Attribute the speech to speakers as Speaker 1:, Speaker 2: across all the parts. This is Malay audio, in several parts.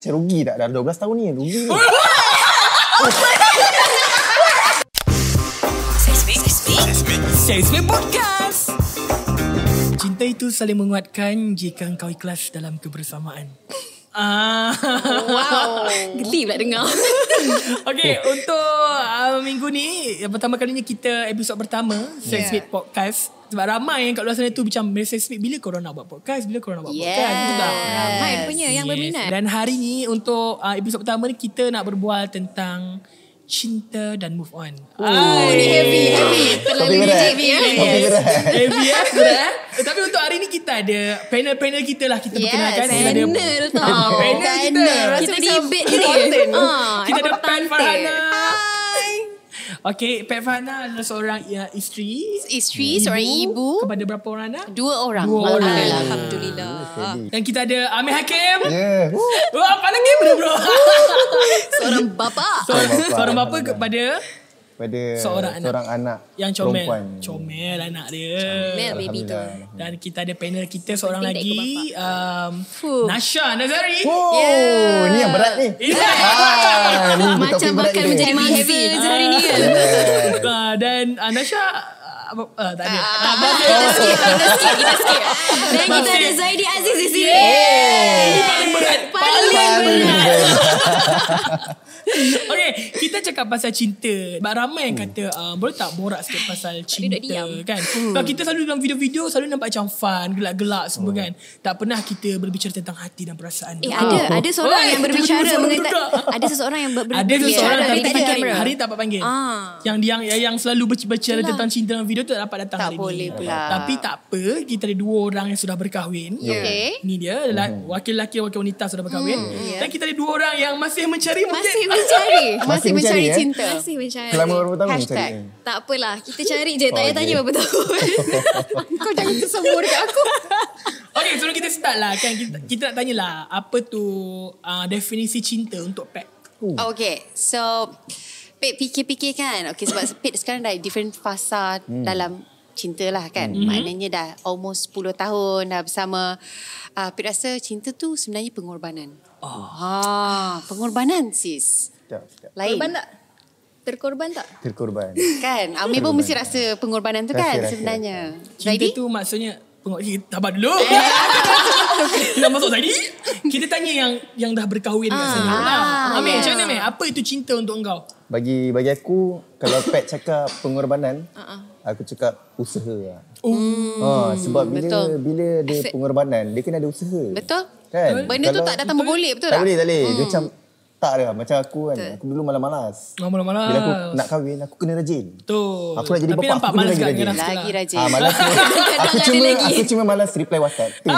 Speaker 1: Macam rugi tak? Dah 12 tahun ni, rugi ni.
Speaker 2: Sesame Podcast
Speaker 3: Cinta itu saling menguatkan jika engkau ikhlas dalam kebersamaan. Ah,
Speaker 4: Wow. Geli pula dengar.
Speaker 3: okay, untuk uh, minggu ni yang pertama kalinya kita episod pertama Sex yeah. Podcast sebab ramai yang kat luar sana tu macam Sex Smith bila korang nak buat podcast, bila korang nak buat
Speaker 4: Yes.
Speaker 3: podcast. betul tak?
Speaker 4: Ramai rupanya yang berminat.
Speaker 3: Dan hari ni untuk uh, episod pertama ni kita nak berbual tentang cinta dan move on. Oh,
Speaker 4: Ini heavy, heavy. Terlalu
Speaker 1: Topik berat.
Speaker 4: legit ni. eh.
Speaker 1: Topik berat.
Speaker 3: Heavy eh Berat eh? Tapi untuk hari ni kita ada Panel-panel kita lah Kita
Speaker 4: Yes,
Speaker 3: perkenalkan Kita ada-
Speaker 4: panel tau.
Speaker 3: Ah, Panel kita
Speaker 4: Panel. Rasa
Speaker 3: Kita-
Speaker 4: macam debate ni.
Speaker 3: important.
Speaker 4: Ah,
Speaker 3: Kita ada Pat
Speaker 4: important.
Speaker 3: Farhana Okay Pat Farhana adalah seorang ya, isteri
Speaker 4: Isteri, seorang ibu.
Speaker 3: Kepada berapa orang anak
Speaker 4: Dua orang.
Speaker 3: Dua orang.
Speaker 4: Alhamdulillah.
Speaker 5: Alhamdulillah.
Speaker 3: Dan kita ada Amir Hakim
Speaker 1: Yeah. Woo.
Speaker 3: Wah apa lagi bro bro
Speaker 4: Seorang bapa.
Speaker 3: Seorang
Speaker 1: Seorang bapa.
Speaker 3: seorang bapa kepada
Speaker 1: Pada
Speaker 3: Seorang anak.
Speaker 1: seorang anak
Speaker 3: Yang comel
Speaker 1: perempuan.
Speaker 3: Comel anak dia
Speaker 5: Ya,
Speaker 4: Mel baby tu.
Speaker 1: Alhamdulillah.
Speaker 3: Dan kita ada panel kita seorang
Speaker 4: Penting tak ikut
Speaker 3: lagi um,
Speaker 4: Fuh.
Speaker 3: Nasha Nazari
Speaker 1: Wow,
Speaker 5: Ya.
Speaker 4: Yeah.
Speaker 1: ni yang berat ni. Ah, ni
Speaker 4: Macam
Speaker 1: topik berat
Speaker 4: bakal
Speaker 1: ni.
Speaker 4: menjadi masa
Speaker 3: Ah,
Speaker 4: je hari ni kan.
Speaker 3: uh, dan uh, Nasha uh, uh, tak ada. Ah, Uh, tak
Speaker 4: Ah,
Speaker 3: apa.
Speaker 4: Kita skip, kita skip, kita skip. Dan kita ada Zaidi Aziz di sini. Paling berat. Paling berat.
Speaker 3: Okey, kita cakap pasal cinta. Sebab ramai yang kata uh, boleh tak borak sikit pasal cinta
Speaker 4: duduk diam.
Speaker 3: kan. Sebab kita selalu dalam video-video selalu nampak macam fun, gelak-gelak semua kan. Tak pernah kita berbicara tentang hati dan perasaan.
Speaker 4: Eh ada ada seorang
Speaker 3: Oi,
Speaker 4: yang berbicara
Speaker 3: tiba-tiba
Speaker 4: mengenai
Speaker 3: seorang duduk.
Speaker 4: ada seseorang yang ber-
Speaker 3: ada tu seorang
Speaker 4: berbicara
Speaker 3: tapi tak
Speaker 4: di depan
Speaker 3: panggil.
Speaker 4: kamera.
Speaker 3: Hari tak dapat panggil.
Speaker 4: Ah.
Speaker 3: Yang dia yang, yang selalu ber- berbicara tentang cinta dalam video tu tak dapat datang
Speaker 5: Tak
Speaker 3: hari
Speaker 5: boleh
Speaker 3: ni.
Speaker 5: pula.
Speaker 3: Tapi tak apa, kita ada dua orang yang sudah berkahwin.
Speaker 4: Okey.
Speaker 3: Ni dia adalah wakil lelaki wakil wanita sudah berkahwin. Dan kita ada dua orang yang masih mencari mungkin.
Speaker 4: Masih mencari.
Speaker 1: Masih
Speaker 5: Masih mencari
Speaker 1: mencari, eh?
Speaker 5: cinta.
Speaker 4: Masih mencari.
Speaker 1: Selama berapa tahun
Speaker 5: Hashtag.
Speaker 1: cari Oh, ni?
Speaker 4: Ya. Tak apalah, kita cari je. Tak payah
Speaker 1: Okey.
Speaker 4: tanya berapa tahun. Kau jangan tersembur dekat aku.
Speaker 3: Okay, sebelum kita start lah kan kita, kita nak tanyalah apa tu uh, definisi cinta untuk pet.
Speaker 5: Okay, so Pek fikir-fikir kan. Okay, sebab Pek sekarang dah different fasa hmm. dalam cinta lah kan. Hmm. Maknanya dah almost 10 tahun dah bersama. Uh, Pek rasa cinta tu sebenarnya pengorbanan. Oh. Ah, pengorbanan sis.
Speaker 1: Sekejap, sekejap.
Speaker 5: Lain.
Speaker 4: Korban tak? Terkorban tak?
Speaker 1: Terkorban.
Speaker 5: Kan? Amir pun mesti rasa pengorbanan tu kan
Speaker 1: Rasa, rasa,
Speaker 5: sebenarnya.
Speaker 3: Cinta
Speaker 5: Zaidi?
Speaker 3: tu maksudnya pengok kita sabar
Speaker 4: Eh,
Speaker 3: dulu. kita masuk tadi. Kita tanya yang yang dah berkahwin kat sana. Ah, Amir, macam mana Amir? Apa itu cinta untuk engkau?
Speaker 1: Bagi bagi aku kalau pet cakap pengorbanan,
Speaker 5: Uh-uh.
Speaker 1: aku cakap usaha. lah.
Speaker 3: Hmm.
Speaker 1: ha, sebab bila
Speaker 5: Hmm, betul.
Speaker 1: bila dia pengorbanan, dia kena ada usaha.
Speaker 5: Betul?
Speaker 1: Kan?
Speaker 5: Benda tu tak datang bergolek betul
Speaker 1: tak
Speaker 5: tak?
Speaker 1: boleh, tak boleh. Dia macam tak ada macam aku kan. Aku dulu malas-malas.
Speaker 3: Malam-malam.
Speaker 1: Bila aku nak kahwin, aku kena rajin.
Speaker 3: lah. Betul.
Speaker 1: Aku nak jadi
Speaker 3: Tapi
Speaker 1: bapak,
Speaker 3: nampak
Speaker 1: aku kena
Speaker 3: malas
Speaker 1: lagi
Speaker 3: kan kat
Speaker 1: rajin.
Speaker 3: gerak sekolah.
Speaker 5: Lagi rajin.
Speaker 1: Ah, malas tu. aku
Speaker 4: ada
Speaker 1: cuma
Speaker 4: lagi.
Speaker 1: aku cuma malas reply WhatsApp. Eh, Tu. je.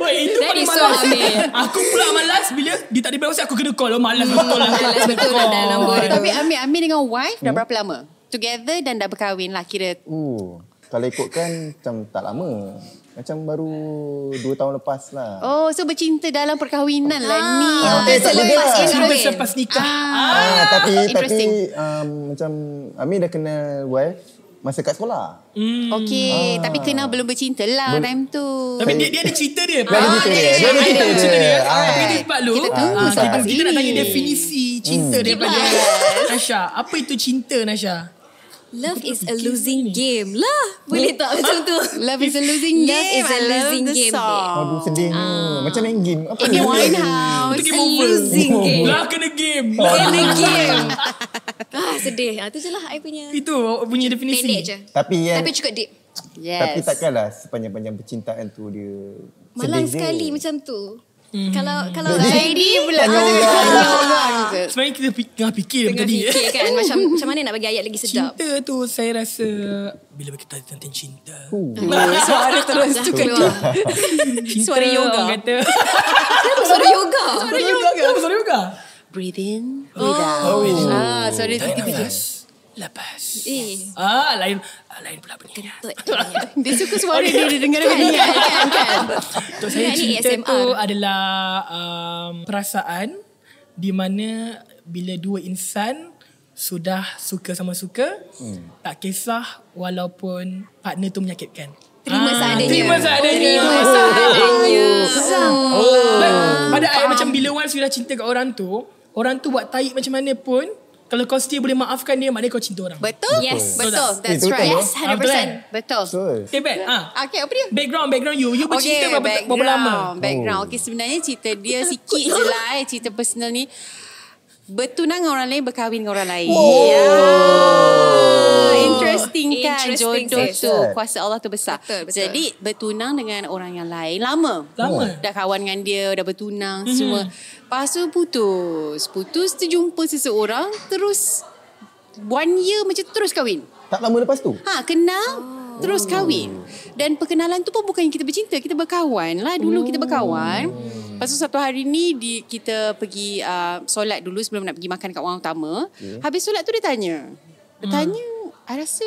Speaker 3: Wah, itu
Speaker 4: That
Speaker 3: paling
Speaker 4: is so
Speaker 3: malas.
Speaker 4: Amir.
Speaker 3: aku pula malas bila dia tak ada bawah aku kena call. Oh, malas betul lah.
Speaker 4: Malas betul lah dalam nombor
Speaker 3: Call.
Speaker 4: tu.
Speaker 5: Tapi Amir, Amir dengan wife dah berapa lama? Together dan dah berkahwin lah kira
Speaker 1: Uh, kalau ikutkan macam tak lama. Macam baru 2 tahun lepas lah.
Speaker 5: Oh, so bercinta dalam perkahwinan lah ni.
Speaker 1: Ah, eh, tak boleh lah.
Speaker 5: Selepas
Speaker 3: Cinta
Speaker 5: kahwin.
Speaker 3: selepas nikah.
Speaker 1: Ah, tapi tapi
Speaker 5: interesting.
Speaker 1: um, macam Amir dah kena wife masa kat sekolah.
Speaker 5: Okey, tapi kenal belum bercinta lah time tu.
Speaker 3: Tapi dia, dia ada cerita dia.
Speaker 1: Dia ada cerita dia. Dia ada cerita
Speaker 3: Ada
Speaker 1: dia.
Speaker 3: cerita dia.
Speaker 1: Ah.
Speaker 3: Tapi
Speaker 4: Kan?
Speaker 3: kita sebab lu.
Speaker 5: Kita tunggu
Speaker 3: ah, kita,
Speaker 5: selepas
Speaker 3: kita nak tanya
Speaker 5: ini.
Speaker 3: definisi cinta
Speaker 4: Hmm.
Speaker 3: daripada Nasha. Apa itu cinta Nasha?
Speaker 4: Love is a losing game lah. Boleh tak macam tu?
Speaker 5: Love is a losing game.
Speaker 4: Love is a
Speaker 5: I love
Speaker 4: losing
Speaker 5: the
Speaker 4: game,
Speaker 5: song.
Speaker 1: Aduh sedih. Macam main game. Apa
Speaker 5: Amy
Speaker 1: ni?
Speaker 5: Winehouse.
Speaker 3: Itu game
Speaker 4: a
Speaker 3: over.
Speaker 4: losing game.
Speaker 3: Lah kena game.
Speaker 4: In the game. ah, sedih. Ah, tu je lah I punya.
Speaker 3: Itu punya definisi.
Speaker 4: Pendek je.
Speaker 1: Tapi kan
Speaker 4: Tapi cukup deep.
Speaker 5: Yes.
Speaker 1: tapi takkanlah sepanjang-panjang percintaan tu dia sedih
Speaker 4: Malang
Speaker 1: je.
Speaker 4: sekali macam tu. Kalau kalau
Speaker 5: Zaidi pula.
Speaker 3: Sebenarnya kita pi- tengah fikir
Speaker 4: tengah
Speaker 3: tadi.
Speaker 4: fikir kan macam macam mana nak bagi ayat lagi sedap.
Speaker 3: Cinta tu saya rasa bila kita tentang cinta.
Speaker 4: Oh. Suara terus tu keluar.
Speaker 3: Cinta
Speaker 4: Suara yoga.
Speaker 3: orang kata.
Speaker 4: Suara yoga.
Speaker 3: Suara yoga. Kenapa Suara yoga.
Speaker 5: Breathe in, breathe out. Oh. Ah, so dia
Speaker 3: Lepas. Lepas.
Speaker 4: Eh.
Speaker 3: Ah, lain ah, lain pula punya.
Speaker 5: dia suka suara dia dia dengar dia.
Speaker 3: Untuk saya
Speaker 4: Ni
Speaker 3: cinta
Speaker 4: ASMR.
Speaker 3: tu adalah um, perasaan di mana bila dua insan sudah suka sama suka hmm. tak kisah walaupun partner tu menyakitkan.
Speaker 4: Ah, Terima seadanya.
Speaker 3: Terima seadanya.
Speaker 4: Terima seadanya.
Speaker 3: Like, Pada saya macam Bila once you dah cinta kat orang tu, orang tu buat taik macam mana pun, kalau kau still boleh maafkan dia, maknanya kau cinta orang.
Speaker 5: Betul?
Speaker 4: Yes.
Speaker 5: Betul.
Speaker 1: Eh,
Speaker 5: That's
Speaker 1: betul
Speaker 5: right.
Speaker 1: betul.
Speaker 4: Yes,
Speaker 3: Ah, betul kan?
Speaker 4: 100%.
Speaker 5: Betul.
Speaker 1: Betul.
Speaker 3: Okay, back. Ha.
Speaker 5: Okay, apa dia?
Speaker 3: Background, background you. You bercinta berapa, berapa lama?
Speaker 5: Ah. Background.
Speaker 1: Oh.
Speaker 5: Oh. Okay, sebenarnya cerita dia sikit je lah eh, cerita personal ni. Bertunang dengan orang lain, berkahwin dengan orang lain. Oh. Interesting kan
Speaker 4: Interesting,
Speaker 5: jodoh
Speaker 4: sis.
Speaker 5: tu. Kuasa Allah tu besar.
Speaker 4: Betul, betul.
Speaker 5: Jadi, bertunang dengan orang yang lain. Lama.
Speaker 3: Lama. Mhm.
Speaker 5: Dah kawan dengan dia, dah bertunang mm-hmm. semua. Lepas tu putus. Putus terjumpa seseorang, terus one year macam terus kahwin.
Speaker 1: Tak lama lepas tu?
Speaker 5: Ha, kenal
Speaker 3: Oh.
Speaker 5: terus kahwin. Dan perkenalan tu pun bukan kita bercinta, kita berkawan lah. Dulu
Speaker 3: Hmm.
Speaker 5: kita berkawan. Lepas tu satu hari ni di, kita pergi uh, solat dulu sebelum nak pergi makan kat orang utama.
Speaker 3: Ya.
Speaker 5: Habis solat tu dia tanya. Dia tanya, I rasa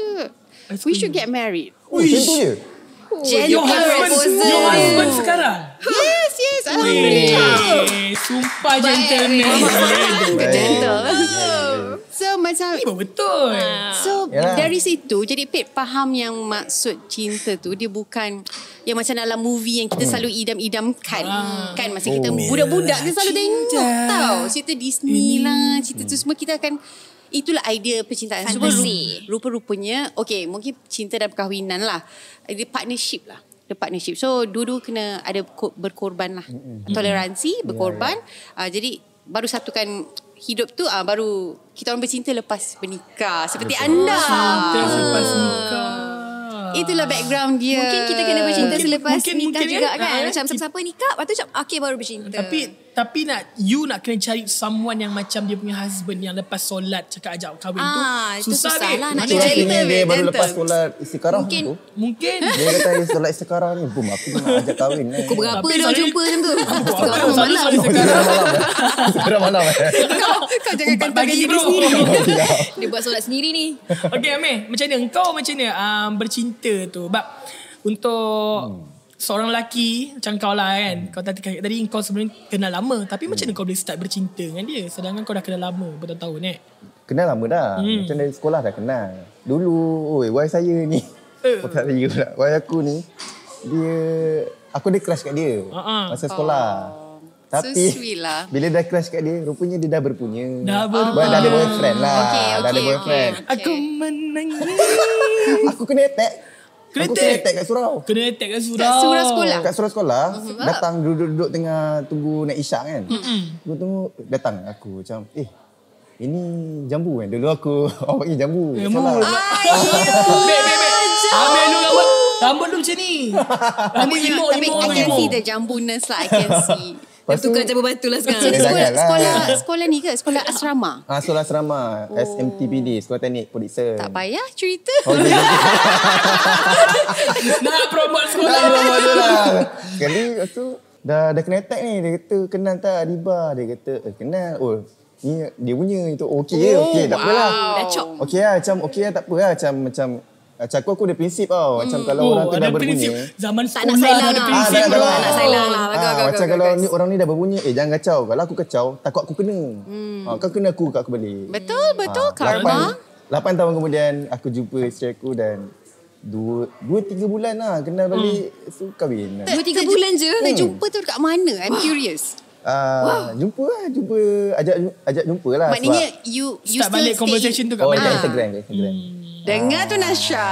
Speaker 3: Hmm. Ice
Speaker 5: we
Speaker 3: cream.
Speaker 5: should get married.
Speaker 1: Oh, Macam tu je?
Speaker 3: Your
Speaker 5: Gentle
Speaker 3: husband, your
Speaker 5: proposal.
Speaker 3: husband sekarang.
Speaker 5: Yes, yes. Alhamdulillah.
Speaker 3: Eh, sumpah gentleman.
Speaker 5: Gentle. So macam
Speaker 3: Ini pun betul.
Speaker 5: So
Speaker 1: Yalah.
Speaker 5: yeah. dari situ jadi Pip faham yang maksud cinta tu dia bukan yang macam dalam movie yang kita selalu idam-idamkan. Kan masa kita
Speaker 1: Hmm. Oh.
Speaker 5: budak-budak kita selalu
Speaker 3: Cinta.
Speaker 5: tengok tau.
Speaker 4: Ah.
Speaker 5: Cerita Disney lah, cerita
Speaker 4: Hmm.
Speaker 5: tu semua kita akan itulah idea percintaan. Cuma
Speaker 4: Fantasi.
Speaker 5: ru- rupa-rupanya okay mungkin cinta dan perkahwinan lah. Dia partnership lah. Dia partnership. So dua-dua kena ada ko- berkorban lah.
Speaker 4: Hmm, Ya,
Speaker 5: Toleransi, berkorban. Ah, jadi baru satukan hidup tu ah baru kita orang bercinta lepas bernikah seperti anda.
Speaker 4: Ah.
Speaker 3: Terus lepas nikah.
Speaker 5: Itulah background dia.
Speaker 4: Mungkin kita kena bercinta
Speaker 3: Mungkin-
Speaker 4: selepas
Speaker 3: mungkin-
Speaker 4: nikah
Speaker 3: mungkin,
Speaker 4: juga
Speaker 3: eh?
Speaker 4: kan.
Speaker 3: Ah,
Speaker 4: Macam
Speaker 3: eh.
Speaker 4: siapa-siapa nikah, lepas tu macam okay baru bercinta.
Speaker 3: Tapi tapi nak you nak kena cari someone yang macam dia punya husband yang lepas solat cakap ajak kahwin
Speaker 4: Ah,
Speaker 3: tu
Speaker 4: itu
Speaker 3: susah,
Speaker 4: susah
Speaker 3: babe.
Speaker 4: lah nak
Speaker 3: Mana
Speaker 1: Macam
Speaker 4: cari.
Speaker 3: cari?
Speaker 1: ni
Speaker 4: Gentle,
Speaker 1: dia baru
Speaker 4: gentle.
Speaker 1: lepas solat istikarah
Speaker 4: Mungkin-
Speaker 1: tu.
Speaker 3: Mungkin
Speaker 1: Dia kata dia solat istikarah ni. Boom, aku nak ajak kahwin. Eh.
Speaker 4: Pukul berapa
Speaker 3: Tapi
Speaker 4: dah
Speaker 3: sorry.
Speaker 4: jumpa macam tu?
Speaker 3: Apa
Speaker 4: Tiga
Speaker 3: yang
Speaker 4: orang
Speaker 3: selalu
Speaker 4: malam. lah.
Speaker 3: selalu sekarang
Speaker 1: Malam. eh. Istikarah malam. eh.
Speaker 4: Kau, kau jangan
Speaker 3: Empat
Speaker 4: kentangkan
Speaker 3: pagi,
Speaker 4: diri
Speaker 3: bro.
Speaker 4: sendiri. Dia buat solat sendiri ni.
Speaker 3: Okay Amir Macam mana Engkau macam mana um, Bercinta tu Bab
Speaker 1: Hmm.
Speaker 3: Untuk Seorang lelaki Macam kau lah kan Kau tadi, tadi kau sebenarnya Kenal lama Tapi macam
Speaker 1: Hmm.
Speaker 3: mana kau boleh start bercinta dengan dia Sedangkan kau dah kenal lama Bertahun-tahun eh
Speaker 1: Kenal lama dah.
Speaker 3: Hmm.
Speaker 1: Macam dari sekolah dah kenal. Dulu, oi, wife saya ni.
Speaker 3: Eh.
Speaker 1: Oh, tak saya pula. Wife aku ni, dia... Aku ada crush kat dia.
Speaker 3: Ah, ah.
Speaker 1: Masa sekolah. Tapi
Speaker 5: Oh. So sweet lah.
Speaker 1: bila dah crush kat dia, rupanya dia dah berpunya.
Speaker 3: Dah berpunya.
Speaker 1: Dah ada boyfriend lah.
Speaker 5: Okay,
Speaker 1: dah ada
Speaker 5: okay,
Speaker 1: boyfriend.
Speaker 5: okay.
Speaker 3: Aku menangis
Speaker 1: Aku kena attack.
Speaker 3: Kena
Speaker 1: aku
Speaker 3: attack?
Speaker 1: kena attack kat surau.
Speaker 3: Kena attack kat surau
Speaker 5: Kat surau sekolah.
Speaker 1: Kat surau sekolah
Speaker 5: Oh,
Speaker 1: Datang duduk-duduk Tengah tunggu naik isyak kan Tunggu tunggu Datang aku macam Eh ini jambu kan Dulu aku Orang panggil jambu
Speaker 3: Jambu. Ah,
Speaker 1: Salah.
Speaker 3: Bek bek bek Amir lu rambut Rambut lu macam ni Rambut
Speaker 5: Tapi,
Speaker 4: Oh.
Speaker 3: emo
Speaker 5: tapi
Speaker 3: emo
Speaker 5: I can
Speaker 3: emo
Speaker 5: see the jambuness lah. I can see.
Speaker 4: Dia
Speaker 1: Lepas tu
Speaker 4: tukar jambu batu lah
Speaker 5: So,
Speaker 1: Eh,
Speaker 5: dia
Speaker 4: sekarang.
Speaker 5: sekolah,
Speaker 1: janganlah.
Speaker 5: sekolah, sekolah ni ke? Sekolah asrama?
Speaker 1: ah, Sekolah asrama SMTPD Sekolah Teknik Oh, Pudiksen
Speaker 5: Tak payah cerita.
Speaker 3: Nak promote sekolah
Speaker 1: Tak apa tu lah Sekali lepas tu Dah, dah kena attack ni Dia kata kenal tak Adiba Dia kata eh, kenal Oh ni dia punya itu okey oh, okey tak apalah
Speaker 4: Dah cok.
Speaker 1: okey lah macam okey lah tak apa lah macam macam macam aku aku ada prinsip tau macam kalau orang tu
Speaker 3: Oh, ada
Speaker 1: dah berbunyi eh.
Speaker 3: prinsip Zaman
Speaker 4: Tak nak
Speaker 3: sekolah
Speaker 4: sayang
Speaker 3: Ada
Speaker 4: lah.
Speaker 1: Ah,
Speaker 3: prinsip
Speaker 1: tak
Speaker 3: bro
Speaker 1: kalau-
Speaker 4: Tak nak sayang lah. Bagus,
Speaker 1: Ah,
Speaker 4: bagus,
Speaker 1: Macam
Speaker 4: bagus,
Speaker 1: kalau
Speaker 4: bagus.
Speaker 1: ni orang ni dah berbunyi Eh jangan kacau Kalau aku kacau Takut aku kena hmm. Kau kena aku kat aku balik
Speaker 5: Betul, betul.
Speaker 1: Ah, lapan,
Speaker 5: Karma.
Speaker 1: lapan tahun kemudian Aku jumpa isteri aku dan Dua Dua tiga bulan lah Kenal balik So kahwin
Speaker 4: Dua, tiga
Speaker 5: Terju-
Speaker 4: bulan je.
Speaker 5: Terjumpa tu dekat mana? I'm curious.
Speaker 1: Ah, Jumpa lah Jumpa Ajak ajak jumpa lah
Speaker 5: Maknanya you you
Speaker 3: Start balik conversation tu
Speaker 1: sebab, Oh
Speaker 3: kat mana
Speaker 1: kat
Speaker 5: Ah.
Speaker 1: Instagram kat Instagram
Speaker 5: Dengar tu Nasha.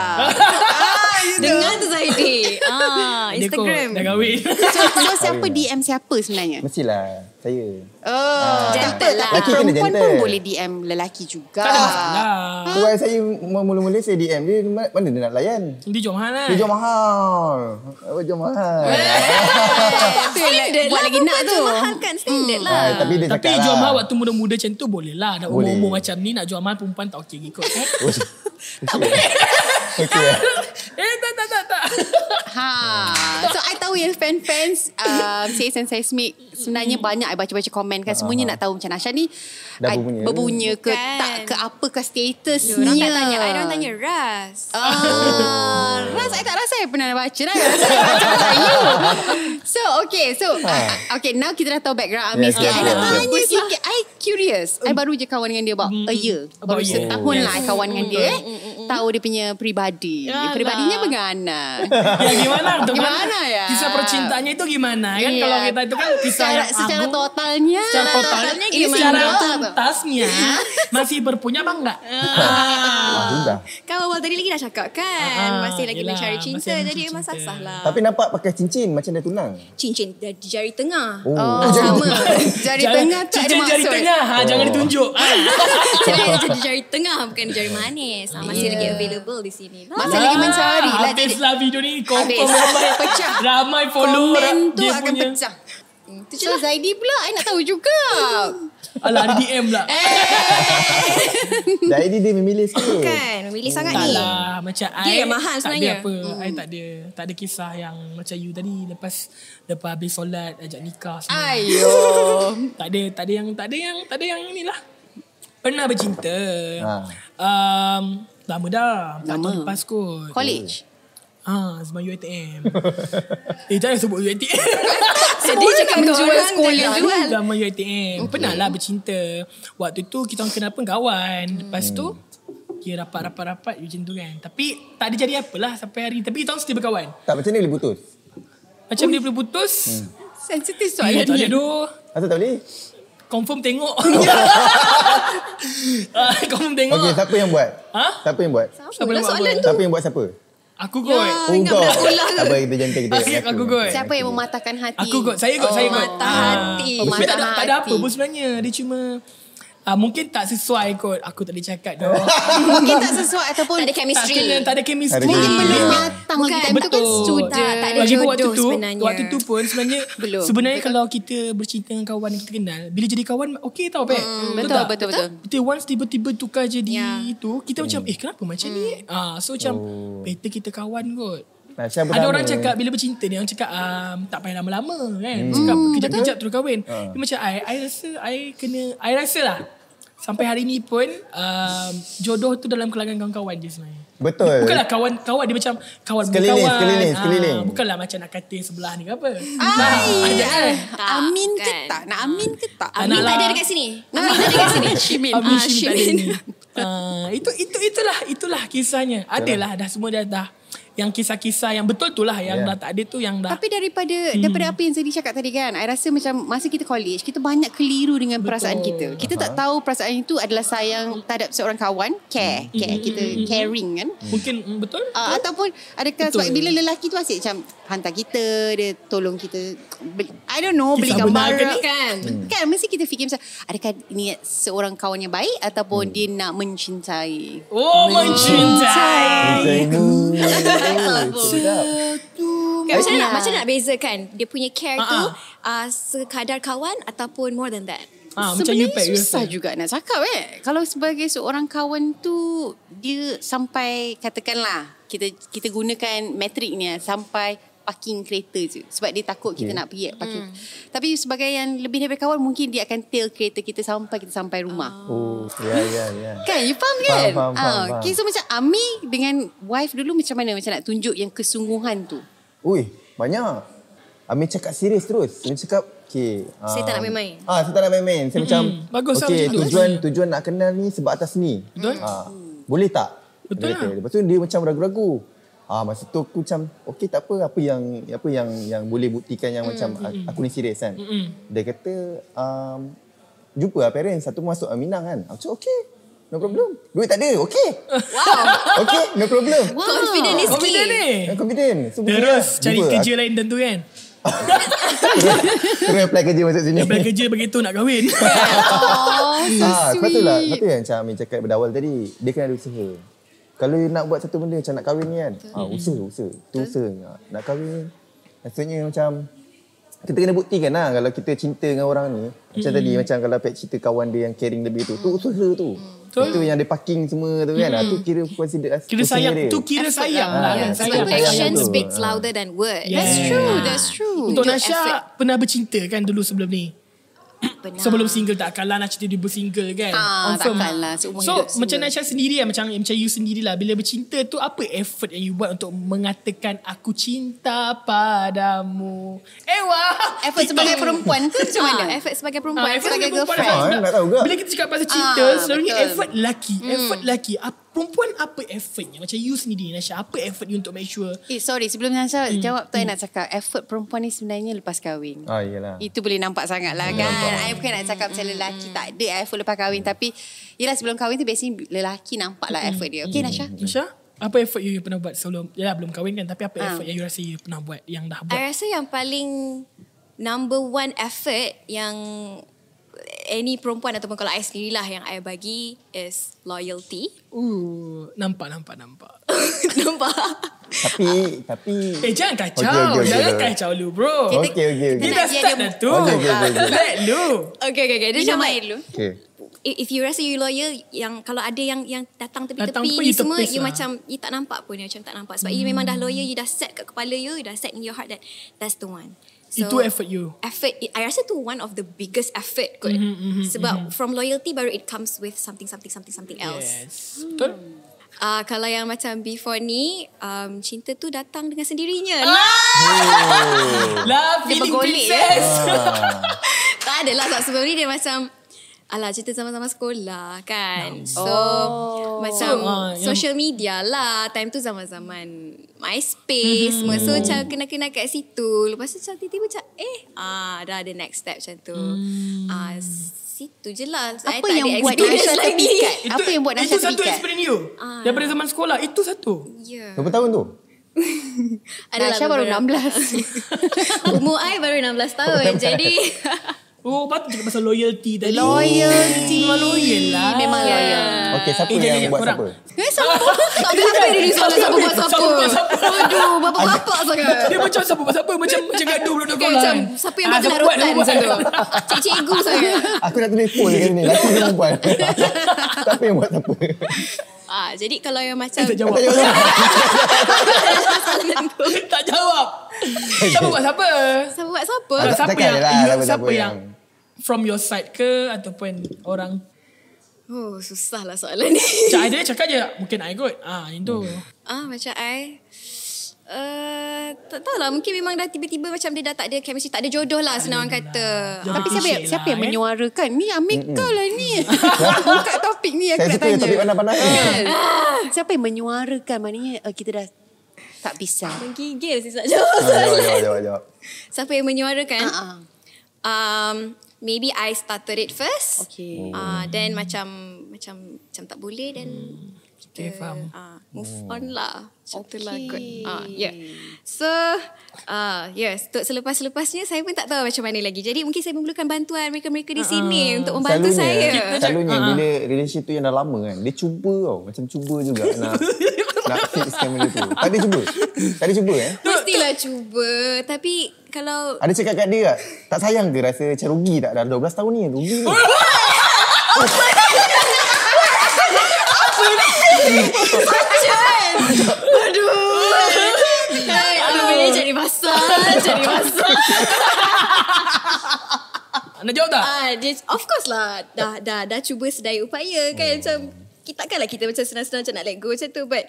Speaker 4: Dengar tu Zaidi. Ah,
Speaker 3: Dia kot, Dah
Speaker 4: Instagram.
Speaker 3: kahwin
Speaker 5: so, so siapa DM siapa sebenarnya?
Speaker 1: Mestilah Saya
Speaker 5: Oh,
Speaker 4: Gentle
Speaker 5: gentle
Speaker 4: lah.
Speaker 5: lah. Tapi
Speaker 1: Lelaki kena
Speaker 5: perempuan pun
Speaker 1: gentle.
Speaker 5: boleh DM lelaki juga.
Speaker 3: Tak ada masalah
Speaker 1: Sebab saya Mula-mula saya DM dia ma- Mana dia nak layan
Speaker 3: Dia jom hal kan
Speaker 1: Dia jual mahal Apa jual mahal
Speaker 4: Standard
Speaker 5: Buat
Speaker 4: lah.
Speaker 5: lagi nak tu.
Speaker 4: Mahal kan standard
Speaker 3: Hmm.
Speaker 4: lah.
Speaker 1: Ah, tapi dia
Speaker 3: Tapi
Speaker 1: cakap
Speaker 3: jual
Speaker 1: lah.
Speaker 3: mahal waktu muda-muda macam tu boleh lah. Dah
Speaker 1: Boleh.
Speaker 3: umur-umur macam ni nak jual mahal perempuan tak okey ikut kan?
Speaker 1: Okey.
Speaker 3: eh tak tak tak tak.
Speaker 5: Ha.
Speaker 1: Ah.
Speaker 5: So I tahu yang fan-fans um, Says and Seismic sebenarnya banyak I baca-baca komen kan semuanya nak tahu macam Nasha ni
Speaker 1: Hmm. Ah, Dah
Speaker 5: I-
Speaker 1: berbunyi.
Speaker 5: berbunyi ke
Speaker 4: Bukan.
Speaker 5: tak ke apa ke statusnya.
Speaker 4: Orang tak tanya. I orang tanya Ras.
Speaker 1: Oh.
Speaker 5: Ah, Ras, I tak rasa I pernah baca lah. I rasa I baca pasal you. So, okay. So, uh, okay. Now kita dah tahu background Amir
Speaker 1: Eh. Yes,
Speaker 5: sikit.
Speaker 1: yes,
Speaker 5: I nak
Speaker 1: yes,
Speaker 5: tanya sikit. I curious. I baru je kawan dengan dia about
Speaker 4: Hmm.
Speaker 5: a year.
Speaker 3: About
Speaker 5: Baru
Speaker 3: a year.
Speaker 5: setahun
Speaker 3: Yes.
Speaker 5: lah I kawan dengan dia. eh. Tahu dia punya peribadi.
Speaker 4: Ah,
Speaker 3: Yalah.
Speaker 5: Peribadinya bagaimana?
Speaker 3: Ya, gimana tu kan?
Speaker 5: Gimana ya?
Speaker 3: Kisah percintaannya itu gimana kan?
Speaker 5: Ya.
Speaker 3: Kalau kita itu kan kisah
Speaker 5: secara
Speaker 6: yang
Speaker 5: secara
Speaker 6: agung.
Speaker 5: totalnya
Speaker 6: Secara total.
Speaker 5: totalnya
Speaker 6: Ini
Speaker 5: gimana?
Speaker 3: eh, Secara
Speaker 5: Apa?
Speaker 3: tuntasnya ah, masih berpunya bangga.
Speaker 1: Wah, sudah.
Speaker 4: Kau awal tadi lagi dah cakap kan.
Speaker 3: Ah,
Speaker 4: masih lagi
Speaker 3: yelah,
Speaker 4: mencari cinta.
Speaker 3: masih
Speaker 4: Jadi
Speaker 3: mencari
Speaker 4: memang
Speaker 3: cinta.
Speaker 4: sasah lah.
Speaker 1: Tapi nampak pakai cincin macam dah tunang.
Speaker 4: Cincin dah di jari tengah.
Speaker 1: Oh,
Speaker 5: Oh,
Speaker 1: jadi
Speaker 5: sama. Jari
Speaker 3: Jangan-
Speaker 5: tengah tak ada
Speaker 3: cincin jari
Speaker 5: maksud.
Speaker 3: tengah. Ha,
Speaker 1: Oh.
Speaker 3: Jangan ditunjuk. Ha.
Speaker 4: Saya jadi jari tengah bukan di jari manis. Ah, Masih lagi available di sini. Lah.
Speaker 5: Masih lagi mencari lah. Jadi
Speaker 3: Habislah video ni. Confirm
Speaker 5: Habis.
Speaker 3: ramai.
Speaker 5: Pecah.
Speaker 3: Ramai follow.
Speaker 5: komen
Speaker 3: ra-
Speaker 5: tu
Speaker 3: dia
Speaker 5: akan
Speaker 3: punya.
Speaker 5: pecah. So Lah, Zaidi pula, I nak tahu juga.
Speaker 3: Alah, ada DM lah.
Speaker 5: Eh,
Speaker 1: Dah ini dia memilih sikit.
Speaker 4: Kan, memilih sangat
Speaker 3: Tak
Speaker 4: ni.
Speaker 3: lah Macam
Speaker 4: Dia
Speaker 3: I
Speaker 4: yang mahal
Speaker 3: Tak
Speaker 4: sebenarnya.
Speaker 3: ada apa hmm. I tak ada Tak ada kisah yang Macam you tadi Lepas Lepas habis solat Ajak nikah semua Ay.
Speaker 5: Ayo.
Speaker 3: Tak ada Tak ada yang Tak ada yang Tak ada yang ni lah Pernah bercinta
Speaker 1: Ha.
Speaker 3: ha. um, Lama dah Lama
Speaker 5: Lama.
Speaker 3: lepas kot
Speaker 5: College.
Speaker 3: Ha, sebab UiTM Eh jangan sebut UiTM
Speaker 5: Sedih cakap menjual sekolah juga.
Speaker 3: Zaman UiTM okay. Pernah lah bercinta Waktu tu kita orang kenal pun kawan Lepas tu Kira rapat-rapat-rapat macam tu kan Tapi tak ada jadi apalah sampai hari Tapi kita orang still berkawan
Speaker 1: Tak, macam ni boleh putus?
Speaker 3: Macam dia boleh putus
Speaker 5: Sensitif
Speaker 3: Soalan
Speaker 5: soalan
Speaker 3: tak
Speaker 5: ni.
Speaker 3: ada doh
Speaker 1: Atau tak boleh?
Speaker 3: Confirm tengok Ah, Confirm tengok
Speaker 1: Okey, siapa yang buat?
Speaker 3: Ha?
Speaker 1: Siapa yang buat?
Speaker 3: Siapa
Speaker 4: Apalah
Speaker 3: yang buat
Speaker 4: soalan tu.
Speaker 1: Siapa yang buat siapa?
Speaker 3: Aku kot
Speaker 5: Ya.
Speaker 4: Ah, ingat budak bola ke?
Speaker 1: Apa kita jangan kita.
Speaker 3: Aku, Ah, aku kot
Speaker 5: Siapa yang mematahkan hati?
Speaker 3: Aku kot Saya kot
Speaker 5: Oh,
Speaker 3: saya kot
Speaker 5: Matah
Speaker 3: Ah.
Speaker 5: hati
Speaker 3: Tapi tak,
Speaker 5: Matah
Speaker 3: ada, tak
Speaker 5: hati
Speaker 3: ada apa pun sebenarnya Dia cuma ah, Mungkin tak sesuai kot Aku tak boleh cakap doh
Speaker 5: Mungkin tak sesuai Ataupun
Speaker 4: Tak ada
Speaker 3: Tak
Speaker 4: chemistry.
Speaker 3: kena Tak ada chemistry
Speaker 1: Mungkin
Speaker 5: Mungkin belum matang
Speaker 4: Bukan,
Speaker 5: Lagi time tu kan
Speaker 3: Betul.
Speaker 5: student
Speaker 4: Tak, tak ada
Speaker 3: Lagi pun waktu
Speaker 4: jodoh
Speaker 3: tu
Speaker 4: sebenarnya.
Speaker 3: Waktu tu pun sebenarnya
Speaker 5: Belum.
Speaker 3: Sebenarnya kalau kita bercinta dengan kawan yang kita kenal Bila jadi kawan Okay tau Pat hmm,
Speaker 5: betul, betul, betul.
Speaker 3: Betul once tiba-tiba tukar jadi itu Kita macam
Speaker 1: Hmm.
Speaker 3: eh kenapa macam ni ah, So macam Better kita kawan kot
Speaker 1: Oh. Nah, siapa
Speaker 3: ada
Speaker 1: sama?
Speaker 3: orang cakap bila bercinta ni orang cakap um, tak payah lama-lama kan.
Speaker 1: Hmm.
Speaker 3: Cakap kejap-kejap terus kahwin.
Speaker 1: Ah.
Speaker 3: Dia macam I, I rasa I kena I rasa lah sampai hari ni pun um, jodoh tu dalam kalangan kawan-kawan je sebenarnya.
Speaker 1: Betul.
Speaker 3: Bukanlah kawan-kawan dia macam kawan
Speaker 1: Eh. Sekeliling,
Speaker 3: berkawan.
Speaker 1: sekeliling,
Speaker 3: Ah,
Speaker 1: sekeliling.
Speaker 3: bukanlah macam nak kata sebelah ni ke apa.
Speaker 5: Ay, ay,
Speaker 4: Tak,
Speaker 5: Amin ke
Speaker 4: kan.
Speaker 5: tak Nak amin ke tak
Speaker 3: Ah,
Speaker 4: Amin
Speaker 3: nak
Speaker 4: tak ada
Speaker 3: lah.
Speaker 4: dekat sini. Amin tak ada dekat sini.
Speaker 5: Shimin
Speaker 3: Amin
Speaker 4: Ah,
Speaker 3: Shim tak ada
Speaker 4: Shimin.
Speaker 3: ni. Ah, itu itu itulah itulah kisahnya. Adalah dah semua dah dah yang kisah-kisah yang betul tu lah yang
Speaker 1: Yeah.
Speaker 3: dah tak ada tu yang dah
Speaker 5: Tapi daripada hmm. daripada apa yang Zaidi cakap tadi kan, I rasa macam masa kita college, kita banyak keliru dengan Betul. perasaan kita. Kita uh-huh. tak tahu perasaan itu adalah sayang terhadap seorang kawan, care, care kita caring kan.
Speaker 3: mungkin mm, Hmm. betul.
Speaker 5: Uh, ataupun adakah
Speaker 3: Betul.
Speaker 5: sebab bila lelaki tu asyik macam hantar kita, dia tolong kita beli, I don't know, beli
Speaker 3: Kisah benar ke
Speaker 5: gambaran
Speaker 3: ni?
Speaker 5: kan. Hmm. Kan mesti kita fikir macam adakah ini seorang kawan yang baik ataupun hmm. dia nak
Speaker 4: Kan,
Speaker 5: mencintai.
Speaker 3: Oh mencintai.
Speaker 1: Sayangku. Sedap.
Speaker 4: Kan, macam mana
Speaker 5: Ya.
Speaker 4: nak, macam mana nak bezakan dia punya care
Speaker 3: Ah,
Speaker 4: tu
Speaker 3: ah.
Speaker 4: uh, sekadar kawan ataupun more than that.
Speaker 3: Ah, macam you
Speaker 5: Sebenarnya
Speaker 3: pack
Speaker 5: susah juga nak cakap eh. Kalau sebagai seorang kawan tu dia sampai katakanlah kita kita gunakan metrik ni ah, sampai parking kereta je sebab dia takut kita nak pergi parking. Tapi sebagai yang lebih daripada kawan mungkin dia akan tail kereta kita sampai kita sampai rumah.
Speaker 1: Oh, ya ya ya.
Speaker 5: Kan you faham kan?
Speaker 1: faham, faham,
Speaker 5: Ah, okay,
Speaker 1: faham.
Speaker 5: so macam Ami dengan wife dulu macam mana macam nak tunjuk yang kesungguhan tu.
Speaker 1: Ui, banyak. Amir cakap serius terus. Amir cakap, okay.
Speaker 4: Saya tak nak main-main.
Speaker 1: Ah, saya tak nak main-main. Saya macam,
Speaker 3: Bagus lah
Speaker 1: okay,
Speaker 3: macam tu.
Speaker 1: tujuan, tujuan nak kenal ni sebab atas ni.
Speaker 3: Betul.
Speaker 1: Ah, boleh tak?
Speaker 3: Betul
Speaker 1: Dia kata.
Speaker 3: lah.
Speaker 1: Lepas tu dia macam ragu-ragu. Ah, masa tu aku macam, okay tak apa. Apa yang apa yang yang boleh buktikan
Speaker 4: Mm,
Speaker 1: yang macam a- aku ni serius kan. Dia kata, um, jumpa lah parents. Satu masuk Aminang kan. Aku cakap, okay. No problem. Duit tak ada. Okay. Wow. okay, no problem.
Speaker 4: Wow. Confident ni
Speaker 3: Kau Oh, benda
Speaker 4: sikit.
Speaker 3: ni.
Speaker 1: I'm confident. So, lah,
Speaker 3: Terus cari
Speaker 1: jumpa.
Speaker 3: kerja lain tentu kan.
Speaker 1: Terus apply kerja masuk sini.
Speaker 3: Dapat kerja begitu nak kahwin.
Speaker 5: Oh, so
Speaker 1: Ah,
Speaker 5: sweet.
Speaker 1: lepas tu lah. Lepas tu yang macam Amin cakap pada awal tadi. Dia kena ada usaha. Kalau you nak buat satu benda macam nak kahwin ni kan. Ah, usaha, usaha. Tu usaha. Ah, Nak kahwin. Maksudnya macam kita kena buktikan lah kalau kita cinta dengan orang ni. Macam tadi macam kalau Pat cerita kawan dia yang caring lebih tu. Tu usaha tu. Itu yang dia parking semua tu kan. Ah, tu kira consider as
Speaker 3: Kira
Speaker 1: usaha
Speaker 3: sayang.
Speaker 1: dia.
Speaker 3: Tu kira sayang lah
Speaker 1: yeah.
Speaker 3: kan. Sayang.
Speaker 1: Sebab sayang
Speaker 4: Action
Speaker 1: tu.
Speaker 4: speaks louder than words.
Speaker 3: Yeah.
Speaker 5: That's true, that's true.
Speaker 3: Untuk
Speaker 4: Tunjuk
Speaker 3: Nasha
Speaker 4: effort.
Speaker 3: pernah bercinta kan dulu sebelum ni.
Speaker 5: Benar.
Speaker 3: Sebelum single takkanlah nak cerita dia bersingle kan.
Speaker 5: Ah,
Speaker 3: Confirm.
Speaker 5: takkanlah. Seumur
Speaker 3: so
Speaker 5: hidup
Speaker 3: macam
Speaker 5: single.
Speaker 3: Natasha sendiri kan, macam, macam you sendirilah. Bila bercinta tu apa effort yang you buat untuk mengatakan aku cinta padamu. Eh wah.
Speaker 5: Effort
Speaker 3: TikTok.
Speaker 5: sebagai perempuan ke macam mana?
Speaker 4: Ah, effort sebagai perempuan,
Speaker 3: Ah, effort
Speaker 5: sebagai
Speaker 3: sebagai perempuan
Speaker 5: girlfriend.
Speaker 3: sebab-
Speaker 1: Ah, nak tahu ke?
Speaker 3: Bila kita cakap pasal cinta,
Speaker 5: Ah,
Speaker 3: selalunya
Speaker 5: betul. Hmm.
Speaker 3: effort lelaki. Effort lelaki. Ah, Perempuan apa effortnya? Macam you sendiri Nasha, apa effort you untuk make sure
Speaker 5: Eh sorry sebelum Nasha hmm. jawab tu I nak cakap effort perempuan ni sebenarnya lepas kahwin.
Speaker 1: Ah, yelah.
Speaker 5: Itu boleh nampak Hmm. sangat lah kan. I bukan nak cakap macam lelaki tak ada effort lepas kahwin tapi yelah sebelum kahwin tu biasanya lelaki nampak lah effort dia. Okay Nasha?
Speaker 3: Nasha? Apa effort you, you pernah buat sebelum Yalah belum kahwin kan Tapi apa
Speaker 5: Ah.
Speaker 3: effort yang you rasa you pernah buat Yang dah buat
Speaker 4: I rasa yang paling number one effort yang any perempuan ataupun kalau I sendirilah yang I bagi is loyalty.
Speaker 3: Ooh, Nampak nampak nampak
Speaker 4: Nampak?
Speaker 1: Tapi tapi
Speaker 3: Eh jangan kacau
Speaker 1: Okey, okey, okey,
Speaker 3: Jangan
Speaker 1: okey.
Speaker 3: kacau lu bro
Speaker 5: Oh,
Speaker 1: Okey okey okey.
Speaker 3: Dia
Speaker 4: Kita
Speaker 3: dah
Speaker 4: nak
Speaker 3: start
Speaker 4: dia-
Speaker 3: dah tu
Speaker 1: Okey, okey, okey, okey.
Speaker 3: Let lu
Speaker 4: Okay, okay, okay. Dia
Speaker 5: Minum
Speaker 4: macam
Speaker 5: air
Speaker 4: like,
Speaker 5: dulu.
Speaker 1: Okey.
Speaker 4: if if you rasa you loyal, yang kalau ada yang yang datang
Speaker 3: Datang
Speaker 4: tepi-tepi
Speaker 3: pun you
Speaker 4: ni semua,
Speaker 3: tepis
Speaker 4: you
Speaker 3: lah. Hmm.
Speaker 4: macam, you tak nampak pun, you macam tak nampak. Sebab you memang dah loyal, you dah set kat kepala you, you dah set in your heart that that's the one.
Speaker 3: Itu effort you. Mm-hmm,
Speaker 4: Effort, I rasa tu one of the biggest effort kot. Sebab from loyalty baru it comes with something, something, something, something else.
Speaker 3: Yes Betul
Speaker 4: Ah kalau yang macam before ni, um, cinta tu datang dengan sendirinya. Lah,
Speaker 3: Love
Speaker 4: Dia
Speaker 3: feeling
Speaker 4: bergolek,
Speaker 3: princess
Speaker 1: eh? Ah,
Speaker 4: tak ada lah sebab sebelum ni dia macam Alah cerita zaman-zaman sekolah kan So Macam
Speaker 3: So, ah, yang-
Speaker 4: Social media lah Time tu zaman-zaman MySpace semua So macam kena-kena kat situ Lepas tu macam tiba-tiba macam Eh ah, Dah ada next step macam tu ah, Situ je lah I
Speaker 5: Apa
Speaker 4: tak
Speaker 5: yang
Speaker 4: ada
Speaker 5: buat
Speaker 4: experience
Speaker 5: Nasha
Speaker 4: lagi.
Speaker 5: terpikat?
Speaker 3: Itu-
Speaker 5: Apa yang buat Nasha
Speaker 3: Itu satu
Speaker 5: terpikat?
Speaker 3: experience you Daripada zaman sekolah Itu satu
Speaker 4: yeah.
Speaker 1: Berapa tahun tu?
Speaker 4: Adalah
Speaker 5: Nasha baru
Speaker 4: beberapa-
Speaker 5: 16.
Speaker 4: Umur I baru 16 tahun Jadi
Speaker 3: Oh patut cakap pasal loyalty tadi
Speaker 5: Loyalty.
Speaker 3: Memang loyal lah
Speaker 5: Memang loyal.
Speaker 1: Okey, siapa
Speaker 3: Eh, jangan,
Speaker 1: yang
Speaker 3: jangan,
Speaker 1: buat
Speaker 3: korang.
Speaker 1: siapa?
Speaker 5: Eh, siapa? Tak boleh apa dia ni soalan siapa buat siapa.
Speaker 3: Siapa buat siapa?
Speaker 5: Aduh, bapak-bapak sangat.
Speaker 3: Dia macam siapa buat siapa Macam macam gaduh Budak-budak
Speaker 4: kan,
Speaker 3: sekolah
Speaker 4: Macam kan,
Speaker 3: kan.
Speaker 4: Siapa yang
Speaker 3: Ah,
Speaker 4: buat
Speaker 3: siapa buat, siapa
Speaker 4: kelarutan macam tu
Speaker 3: buat.
Speaker 4: Cikgu sangat
Speaker 1: Aku nak tulis poll kat sini. Lelaki ke perempuan? Siapa yang buat siapa?
Speaker 4: Ah, jadi kalau yang macam
Speaker 3: Eh, Tak jawab Tak jawab Siapa buat siapa
Speaker 4: Siapa buat siapa?
Speaker 1: Ah, tak-
Speaker 3: Siapa
Speaker 1: takkan
Speaker 3: yang
Speaker 1: lah,
Speaker 3: you-
Speaker 1: siapa-
Speaker 3: Siapa
Speaker 1: siapa
Speaker 3: yang
Speaker 1: yang-
Speaker 3: From your side ke Ataupun orang
Speaker 4: Oh, susah lah soalan ni.
Speaker 3: Macam ada dia cakap je Mungkin I kot Ah, yang tu
Speaker 4: ah, macam I... Uh, tak tahulah mungkin memang dah tiba-tiba macam dia dah tak ada chemistry tak ada jodoh lah senang orang kata
Speaker 3: Jodoh.
Speaker 5: Tapi siapa yang,
Speaker 3: Cliche
Speaker 5: siapa
Speaker 3: lah,
Speaker 5: yang
Speaker 3: eh.
Speaker 5: menyuarakan? Ni Amir kau lah ni. Buka topik ni
Speaker 1: Saya
Speaker 5: aku nak
Speaker 1: suka
Speaker 5: tanya. Kan?
Speaker 1: topik panas-panas.
Speaker 5: Siapa yang menyuarakan? Maknanya eh, kita dah tak bisa.
Speaker 4: menggigil sih tak jawab
Speaker 1: Ah, Jawab, jawab, jawab, jawab.
Speaker 4: siapa yang menyuarakan
Speaker 5: Ah, ah.
Speaker 4: um, maybe I started it first
Speaker 5: Okay.
Speaker 4: uh, then macam macam macam tak boleh then
Speaker 3: Okay,
Speaker 4: kita
Speaker 3: faham.
Speaker 4: uh, move on lah macam okay. tu lah kot
Speaker 5: Okay.
Speaker 4: uh, yeah. so uh, yes untuk selepas-selepasnya saya pun tak tahu macam mana lagi jadi mungkin saya memerlukan bantuan mereka-mereka di sini untuk membantu
Speaker 1: Selalunya,
Speaker 4: saya Ah.
Speaker 1: eh, Selalunya bila relationship tu yang dah lama kan, dia cuba tau. Macam cuba juga nak nak fixkan benda tu. Tadi cuba. Tadi cuba eh.
Speaker 4: mestilah cuba tapi kalau
Speaker 1: Ada cakap kat dia tak? Tak sayang ke rasa macam rugi tak? Dah 12 tahun ni rugi ke?
Speaker 4: Hai, apa boleh cari pasal cari pasal
Speaker 3: eh. Nak jawab tak?
Speaker 4: Ah, dia, of course lah. Dah, dah, dah cuba sedaya upaya kan.
Speaker 1: Hmm.
Speaker 4: Macam, kita takkanlah kita macam senang-senang macam nak let go macam tu. But,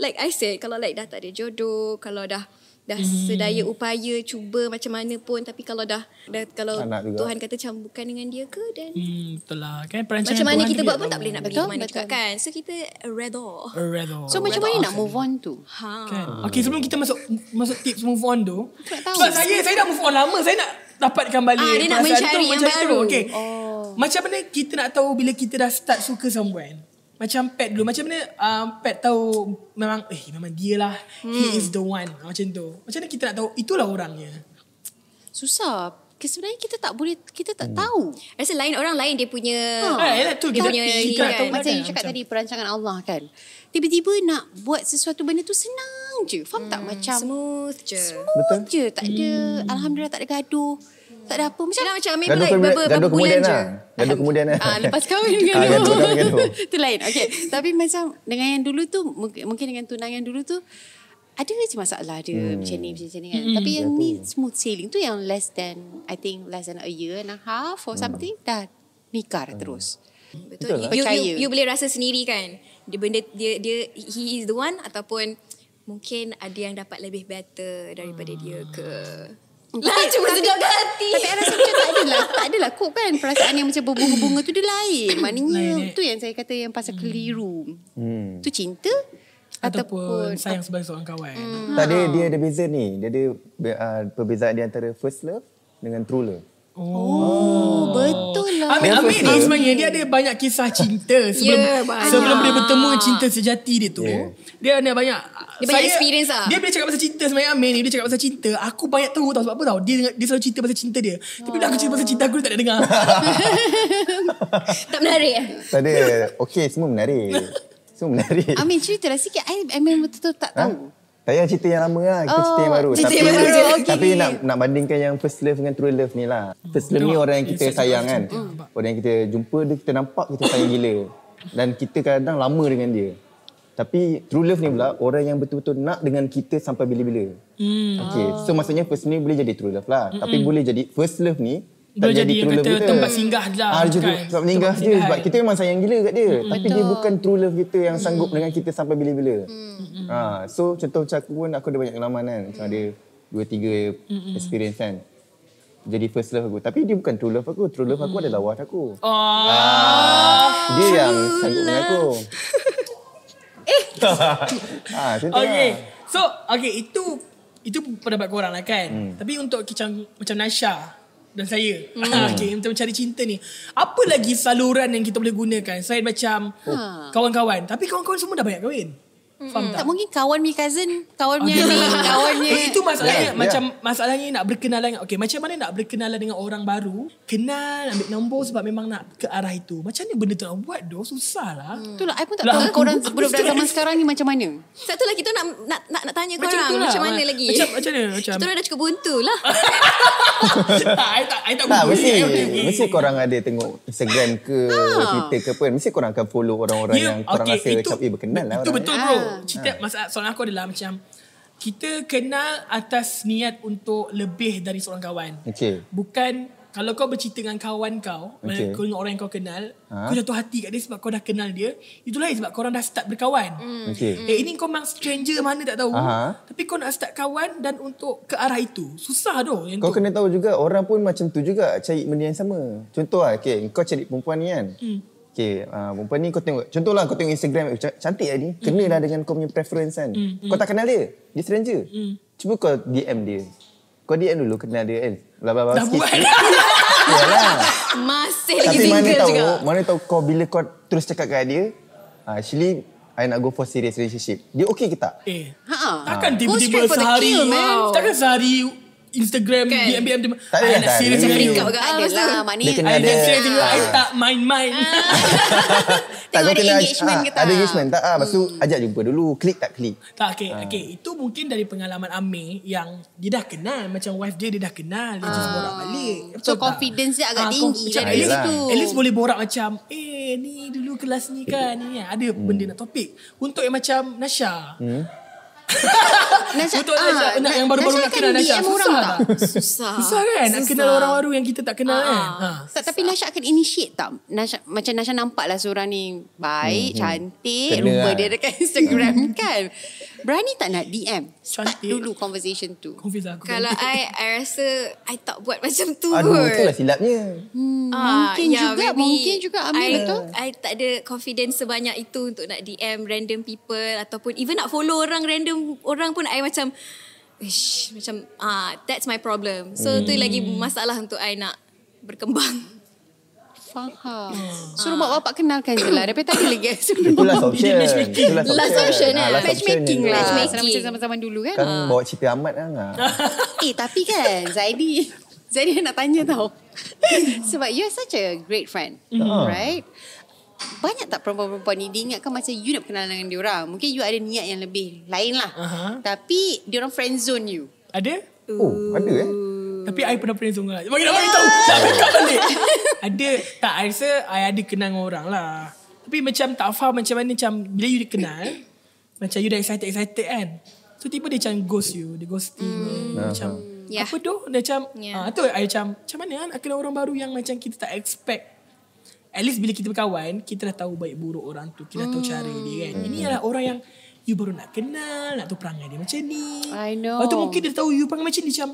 Speaker 4: like I said, kalau like dah tak ada jodoh, kalau dah dah
Speaker 1: Hmm.
Speaker 4: sedaya upaya cuba macam mana pun tapi kalau dah, dah kalau
Speaker 1: Tak nak juga.
Speaker 4: Tuhan kata macam bukan dengan dia ke dan
Speaker 3: Hmm, betul lah kan perancangan
Speaker 4: macam mana
Speaker 3: Tuhan
Speaker 4: kita
Speaker 3: tu
Speaker 4: buat
Speaker 3: dia
Speaker 4: pun tak
Speaker 3: tahu.
Speaker 4: boleh nak pergi
Speaker 5: Betul,
Speaker 4: mana juga
Speaker 5: betul.
Speaker 4: kan so kita redor
Speaker 3: Redor.
Speaker 5: So macam mana nak move on tu?
Speaker 4: ha
Speaker 3: Kan? Okay, sebelum kita masuk masuk tips move on tu.
Speaker 5: nak tahu.
Speaker 3: Sebab saya saya dah move on lama, saya nak dapatkan balik
Speaker 4: Ah, dia nak
Speaker 3: perasaan
Speaker 4: mencari yang
Speaker 3: macam
Speaker 4: baru.
Speaker 3: Okay. Oh. Macam mana kita nak tahu bila kita dah start suka someone? Macam Pat dulu, macam mana um, Pat tahu memang eh memang dia lah.
Speaker 4: Hmm.
Speaker 3: He is the one. Ah, Macam tu. Macam mana kita nak tahu itulah orangnya?
Speaker 5: Susah. Ke- Sebenarnya kita tak boleh, kita
Speaker 1: Hmm.
Speaker 5: tak tahu.
Speaker 4: rasa lain orang lain dia punya
Speaker 3: Ah, eh, lah tu
Speaker 4: dia
Speaker 3: kita-
Speaker 4: punya
Speaker 3: kita
Speaker 4: ini
Speaker 3: nak tahu
Speaker 4: kan
Speaker 3: mana
Speaker 5: Macam
Speaker 3: Kadang
Speaker 5: you cakap
Speaker 3: macam-
Speaker 5: tadi perancangan Allah kan. Tiba-tiba nak buat sesuatu benda tu senang je. Faham
Speaker 3: Hmm.
Speaker 5: tak? Macam
Speaker 4: smooth je
Speaker 5: Betul. je. Tak ada, Alhamdulillah tak ada gaduh. Tak ada apa. Macam
Speaker 4: Yelah macam maybe
Speaker 1: Gaduh
Speaker 4: like
Speaker 1: kemudian,
Speaker 4: beberapa
Speaker 1: gaduh
Speaker 4: bulan
Speaker 1: kemudian
Speaker 4: je
Speaker 1: lah. Gaduh kemudian lah.
Speaker 5: Ah, lepas kahwin
Speaker 1: Ah,
Speaker 5: dengan ah,
Speaker 1: gaduh, gaduh, gaduh.
Speaker 5: Itu lain. Okay. Tapi macam dengan yang dulu tu, mungkin mungkin dengan tunangan dulu tu, ada je masalah dia hmm. macam ni macam ni kan. Hmm. Tapi yang ni smooth sailing tu yang less than I think less than a year and a half or something dah nikah dah terus.
Speaker 4: Betul.
Speaker 1: Betul lah.
Speaker 4: you, you,
Speaker 5: Percaya.
Speaker 4: you boleh rasa sendiri kan. Dia benda dia dia he is the one ataupun mungkin ada yang dapat lebih better daripada dia
Speaker 3: Hmm.
Speaker 4: ke. Lah cuma sedap ke hati.
Speaker 5: Tapi I rasa macam tak adalah Tak adalah kot kan Perasaan yang macam berbunga-bunga tu Dia
Speaker 3: Lain,
Speaker 5: lain Maknanya
Speaker 3: eh.
Speaker 5: Tu yang saya kata Yang pasal keliru
Speaker 1: Hmm.
Speaker 5: Tu cinta
Speaker 3: Ataupun
Speaker 5: Ataupun
Speaker 3: sayang sebagai seorang kawan.
Speaker 4: Hmm.
Speaker 1: Tak dia
Speaker 4: Ah.
Speaker 1: dia ada beza ni. Dia ada be- ah, perbezaan di antara first love dengan true love.
Speaker 5: Oh betul lah
Speaker 3: Amir, Amir
Speaker 1: first
Speaker 3: ni
Speaker 1: love.
Speaker 3: sebenarnya dia ada banyak kisah cinta sebelum
Speaker 4: Ya, banyak.
Speaker 3: sebelum dia bertemu cinta sejati dia tu.
Speaker 1: Ya.
Speaker 3: Dia ada banyak
Speaker 4: Dia banyak experience lah.
Speaker 3: Dia bila cakap pasal cinta sebenarnya Amir ni dia cakap pasal cinta. Aku banyak tahu tau sebab apa tau. Dia dia selalu cerita pasal cinta dia. Tapi bila aku cerita pasal cinta aku dia tak ada dengar.
Speaker 4: tak menarik. eh?
Speaker 1: Tak ada. Okey, semua menarik. Semua menarik.
Speaker 5: Amir cerita lah sikit I, I memang betul-betul tak
Speaker 1: Ha?
Speaker 5: tahu
Speaker 1: Tak payah cerita yang lama lah. Kita
Speaker 5: Oh,
Speaker 1: cerita yang baru.
Speaker 5: cerita
Speaker 1: tapi,
Speaker 5: yang baru. Okey,
Speaker 1: Tapi
Speaker 5: okey.
Speaker 1: nak, nak bandingkan yang first love dengan true love ni lah. First love ni
Speaker 3: Tengok.
Speaker 1: orang yang kita
Speaker 3: Insight
Speaker 1: sayang
Speaker 3: kita
Speaker 1: kan.
Speaker 3: macam tu.
Speaker 1: Orang yang kita jumpa dia, kita nampak, kita sayang gila. Dan kita kadang lama dengan dia. Tapi true love ni pula orang yang betul-betul nak dengan kita sampai bila-bila. Hmm. Okay.
Speaker 3: Ah.
Speaker 1: So maksudnya first ni boleh jadi true love lah. Tapi boleh jadi first love ni tak jadi
Speaker 3: Boleh jadi
Speaker 1: true love
Speaker 3: kata
Speaker 1: kita.
Speaker 3: tempat singgah lah,
Speaker 1: Ah, dia jadi tempat
Speaker 3: bukan
Speaker 1: singgah
Speaker 3: tempat
Speaker 1: je.
Speaker 3: singgahan.
Speaker 1: Sebab kita memang sayang gila kat dia. Tapi dia bukan true love kita yang sanggup dengan kita sampai bila-bila. Ha, so contoh macam aku pun, aku ada banyak pengalaman kan. Macam ada dua, tiga experience kan. Jadi first love aku. Tapi dia bukan true love aku. True love aku adalah wife aku.
Speaker 3: Oh,
Speaker 1: Dia yang sanggup dengan aku. eh. ha, macam tu
Speaker 3: okay.
Speaker 1: lah.
Speaker 3: So, okay itu itu pendapat korang lah kan. Tapi untuk macam macam Nasha dan saya.
Speaker 4: Hmm.
Speaker 3: okay, untuk mencari cinta ni. Apa lagi saluran yang kita boleh gunakan? Selain macam
Speaker 4: Ha.
Speaker 3: kawan-kawan. Tapi kawan-kawan semua dah banyak kahwin.
Speaker 4: Hmm.
Speaker 3: Faham tak?
Speaker 5: Tak mungkin kawan punya cousin Kawan punya ni Kawan punya
Speaker 3: Eh, itu masalahnya
Speaker 1: Ya, ya.
Speaker 3: macam masalahnya nak berkenalan dengan- okey macam mana nak berkenalan dengan orang baru kenal ambil nombor sebab memang nak ke arah itu macam mana benda tu nak buat doh susah lah hmm.
Speaker 5: Itulah I pun tak
Speaker 3: Lah,
Speaker 5: tahu
Speaker 3: aku-
Speaker 5: Korang
Speaker 3: aku
Speaker 5: budak-budak
Speaker 3: stress.
Speaker 5: zaman sekarang ni Macam mana
Speaker 4: Satu lah kita nak nak nak, nak tanya
Speaker 3: Macam
Speaker 4: korang
Speaker 3: tu lah.
Speaker 4: macam mana lagi.
Speaker 3: Macam- macam mana? Macam-
Speaker 4: Kita orang dah cukup buntu lah.
Speaker 3: tak I tak I tak
Speaker 1: Tak,
Speaker 3: guna.
Speaker 1: mesti,
Speaker 3: Eh, okey, okey.
Speaker 1: mesti korang ada tengok Instagram ke, Twitter ke apa. Mesti korang akan follow orang-orang
Speaker 3: Ah. Ya,
Speaker 1: yang korang
Speaker 3: okey,
Speaker 1: rasa macam, eh berkenal lah
Speaker 3: Itu
Speaker 1: orang ni."
Speaker 3: betul bro. Cerita masalah soalan aku adalah macam kita kenal atas niat untuk lebih dari seorang kawan.
Speaker 1: Okey.
Speaker 3: Bukan kalau kau bercerita dengan kawan kau,
Speaker 1: Okey.
Speaker 3: okay. kau dengan orang yang kau kenal,
Speaker 1: Ha?
Speaker 3: kau jatuh hati kat dia sebab kau dah kenal dia. Itu lain sebab korang dah start berkawan.
Speaker 5: Hmm.
Speaker 1: Okey.
Speaker 3: Eh ini kau memang stranger mana tak tahu.
Speaker 1: Aha.
Speaker 3: Tapi kau nak start kawan dan untuk ke arah itu. Susah doh yang
Speaker 1: Kau
Speaker 3: tu.
Speaker 1: kena tahu juga orang pun macam tu juga cari benda yang sama. Contoh lah, okay, kau cari perempuan ni kan. Hmm. Okay, uh, perempuan ni kau tengok. Contoh lah kau tengok Instagram, eh, ca- cantik lah ni.
Speaker 3: Hmm.
Speaker 1: Kena lah dengan kau punya preference kan. Hmm. Kau tak kenal dia, dia stranger. Hmm. Cuba kau DM dia. Kau DM dulu kenal dia kan. Blah, blah, blah.
Speaker 3: Dah
Speaker 1: sikit.
Speaker 3: buat.
Speaker 1: Yalah.
Speaker 4: Masih lagi
Speaker 1: Tapi mana
Speaker 4: single
Speaker 1: tahu,
Speaker 4: juga.
Speaker 1: mana tahu kau bila kau terus cakap kat dia, "Ah, actually, I nak go for serious relationship. Dia okay ke tak?
Speaker 3: Eh.
Speaker 5: Ha.
Speaker 1: Ah.
Speaker 3: Takkan
Speaker 5: Go
Speaker 3: tiba-tiba
Speaker 5: straight for the
Speaker 3: sehari
Speaker 5: kill, man.
Speaker 3: wow. Takkan sehari Instagram
Speaker 4: Kan?
Speaker 3: DM DM DM
Speaker 1: Tak payah
Speaker 3: I nak
Speaker 1: dah,
Speaker 3: serious
Speaker 1: dia
Speaker 3: dengan
Speaker 4: freak
Speaker 3: you
Speaker 4: out
Speaker 5: Tak
Speaker 4: kan
Speaker 5: ada
Speaker 4: lepas tu.
Speaker 5: lah
Speaker 1: Dia
Speaker 5: Maknanya
Speaker 1: kena
Speaker 3: I
Speaker 1: ada-
Speaker 3: just serious dengan you I
Speaker 5: Ah.
Speaker 3: tak main-main
Speaker 5: Tengok ada
Speaker 1: kena-
Speaker 5: engagement
Speaker 1: ah,
Speaker 5: ke tak. Hmm.
Speaker 1: Ada engagement tak? Ah, lepas tu ajak jumpa dulu. Klik tak klik?
Speaker 3: Tak okay, ha. okay Itu mungkin dari pengalaman Amir Yang dia dah kenal Macam wife dia Dia dah kenal Dia just borak balik
Speaker 5: Ah.
Speaker 3: Betul
Speaker 5: So,
Speaker 3: tak?
Speaker 5: confidence dia agak
Speaker 3: Ah,
Speaker 5: tinggi
Speaker 3: conf-
Speaker 5: lah
Speaker 3: at least,
Speaker 1: dari
Speaker 5: situ.
Speaker 3: at least boleh borak macam Eh ni dulu kelas ni kan ni, kan. Ada hmm. benda nak topik Untuk yang macam Nasha hmm.
Speaker 5: Nasha-
Speaker 3: Untuk Nasha
Speaker 5: ah,
Speaker 3: nak,
Speaker 5: Na-
Speaker 3: Yang baru-baru
Speaker 5: Nasha
Speaker 3: nak kenal
Speaker 5: akan
Speaker 3: Nasha
Speaker 5: DM
Speaker 3: Susah
Speaker 5: orang
Speaker 3: tak?
Speaker 5: tak? Ah,
Speaker 4: Susah.
Speaker 3: Susah kan Nak kenal orang baru Yang kita tak kenal kan ha.
Speaker 5: Tak, tapi Nasha akan initiate tak? Nasha, macam Nasha nampak lah seorang ni baik, hmm, cantik,
Speaker 1: Kena
Speaker 5: rupa
Speaker 1: lah.
Speaker 5: dia dekat Instagram kan. Berani tak nak DM? Start
Speaker 3: Cantik.
Speaker 5: dulu conversation tu.
Speaker 3: Confused aku
Speaker 4: Kalau I, I rasa I tak buat macam tu
Speaker 1: Aduh,
Speaker 4: kot.
Speaker 3: lah.
Speaker 1: itulah silapnya.
Speaker 4: Ah,
Speaker 5: Mungkin juga,
Speaker 4: maybe
Speaker 5: mungkin juga, Amir,
Speaker 4: I,
Speaker 5: betul?
Speaker 4: I tak ada confidence sebanyak itu untuk nak DM random people ataupun even nak follow orang random orang pun I macam ish macam ah that's my problem. So tu lagi
Speaker 5: Hmm.
Speaker 4: masalah untuk I nak berkembang.
Speaker 5: Faham. Suruh mak bapak kenalkan je lah. Daripada tadi lagi. Suruh
Speaker 1: Itulah
Speaker 5: mak
Speaker 1: soft
Speaker 5: bapak.
Speaker 1: option.
Speaker 3: matchmaking.
Speaker 1: Itulah soft
Speaker 4: Last option, eh.
Speaker 1: Ah, last
Speaker 5: Matchmaking
Speaker 1: option.
Speaker 5: lah.
Speaker 4: Matchmaking.
Speaker 5: Senang Macam zaman-zaman dulu kan.
Speaker 1: Kan bawa cerita amat kan. ah.
Speaker 5: Eh tapi kan Zaidi Zaidi nak tanya tau Sebab you're such a great friend
Speaker 1: Mhm.
Speaker 5: Right banyak tak perempuan-perempuan ni diingatkan macam you nak berkenalan dengan diorang. Mungkin you ada niat yang lebih lain lah.
Speaker 3: Aha.
Speaker 5: Tapi diorang friend zone you.
Speaker 3: Ada
Speaker 1: Oh, ada eh.
Speaker 3: Tapi I pernah pernah zone lah Bagi nak bagi tahu Nak backup balik Ada Tak I rasa I ada kenal dengan orang lah Tapi macam tak faham Macam mana macam Bila you kenal Macam you dah excited-excited kan So tiba dia macam ghost you, dia ghosting mm. macam
Speaker 4: Yeah.
Speaker 3: apa tu? Dia macam
Speaker 4: Yeah.
Speaker 3: yeah. ah tu I macam macam mana kan nak kenal orang baru yang macam kita tak expect. At least bila kita berkawan, kita dah tahu baik buruk orang tu, kita dah tahu cara dia kan. Ini adalah orang yang you baru nak kenal, nak tahu perangai dia macam ni.
Speaker 5: I know.
Speaker 3: Lepas tu mungkin dia tahu you perangai macam ni macam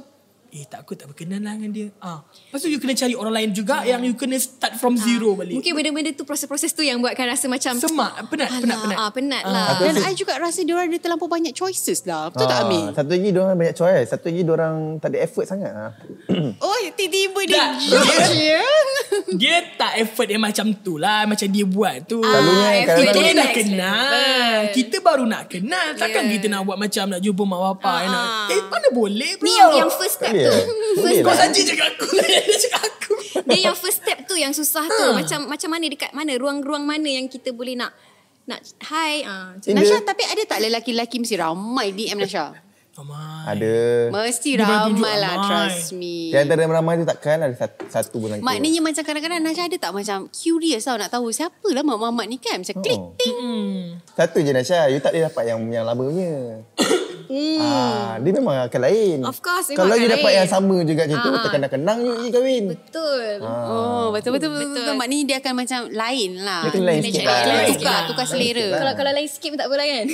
Speaker 3: Eh tak aku tak berkenan lah dengan dia ah. Lepas tu you kena cari orang lain juga Yang you kena start from zero balik
Speaker 4: Ah. Mungkin benda-benda tu proses-proses tu yang buatkan rasa macam
Speaker 3: Semak Penat penat penat
Speaker 4: Ah, penat lah.
Speaker 1: Aku
Speaker 5: Dan
Speaker 1: rasa-
Speaker 5: I juga rasa diorang ada terlampau banyak choices lah. Betul tak Amin?
Speaker 1: Ah, Satu lagi diorang banyak choice. Satu lagi diorang tak ada effort sangat. Ha.
Speaker 5: Oh tiba-tiba dia
Speaker 3: Tak.
Speaker 5: judge ya.
Speaker 3: Dia tak effort yang macam tu lah Macam dia buat tu
Speaker 1: Selalunya
Speaker 4: Ah, effort
Speaker 3: Kita
Speaker 1: kadang-kadang
Speaker 4: dia
Speaker 3: dah nak
Speaker 4: tak
Speaker 3: kenal
Speaker 4: expected.
Speaker 3: Kita baru nak kenal Takkan
Speaker 4: Yeah.
Speaker 3: kita nak buat macam Nak jumpa mak bapak
Speaker 4: Ya. Ah,
Speaker 3: uh nak,
Speaker 4: ah.
Speaker 3: Eh mana boleh bro
Speaker 4: Ni yang, yang first step
Speaker 1: Boleh
Speaker 4: tu.
Speaker 1: eh?
Speaker 4: First
Speaker 1: Boleh
Speaker 3: Kau
Speaker 1: lah.
Speaker 4: step.
Speaker 3: saja cakap aku Dia cakap aku
Speaker 4: Dia yang first step tu yang susah tu.
Speaker 1: Ah.
Speaker 4: Macam macam mana dekat mana ruang-ruang mana yang kita boleh nak nak hi ah. macam-
Speaker 1: Tinder.
Speaker 5: Nasha tapi ada tak lelaki-lelaki mesti ramai DM Nasha?
Speaker 3: Ramai
Speaker 1: Ada.
Speaker 5: Mesti
Speaker 3: Dia boleh tunjuk
Speaker 5: ramai lah
Speaker 3: ramai.
Speaker 5: trust me.
Speaker 1: Di antara ramai tu takkan ada satu, satu pun lagi.
Speaker 5: Maknanya macam kadang-kadang Nasha ada tak macam curious tau nak tahu siapa lah Mak Mamat ni kan. Macam klik
Speaker 1: Oh.
Speaker 5: ting.
Speaker 3: Hmm.
Speaker 1: Satu je Nasha, you tak boleh dapat yang yang lama punya. Ah, dia memang akan lain.
Speaker 4: Of course, memang
Speaker 1: Kalau
Speaker 4: akan
Speaker 1: you dapat
Speaker 4: lain.
Speaker 1: yang sama juga macam tu,
Speaker 4: Ah.
Speaker 1: takkan nak kenang you pergi kahwin.
Speaker 4: Betul.
Speaker 1: Ah,
Speaker 5: Oh betul-betul. betul. Maknanya dia akan macam lain lah.
Speaker 1: Dia kena lain
Speaker 5: Dia
Speaker 1: sikit
Speaker 5: cakap,
Speaker 1: lah.
Speaker 5: Tukar,
Speaker 4: Lain
Speaker 5: tukar
Speaker 1: sikit
Speaker 5: selera.
Speaker 1: lah.
Speaker 4: Kalau kalau lain sikit pun tak apalah kan.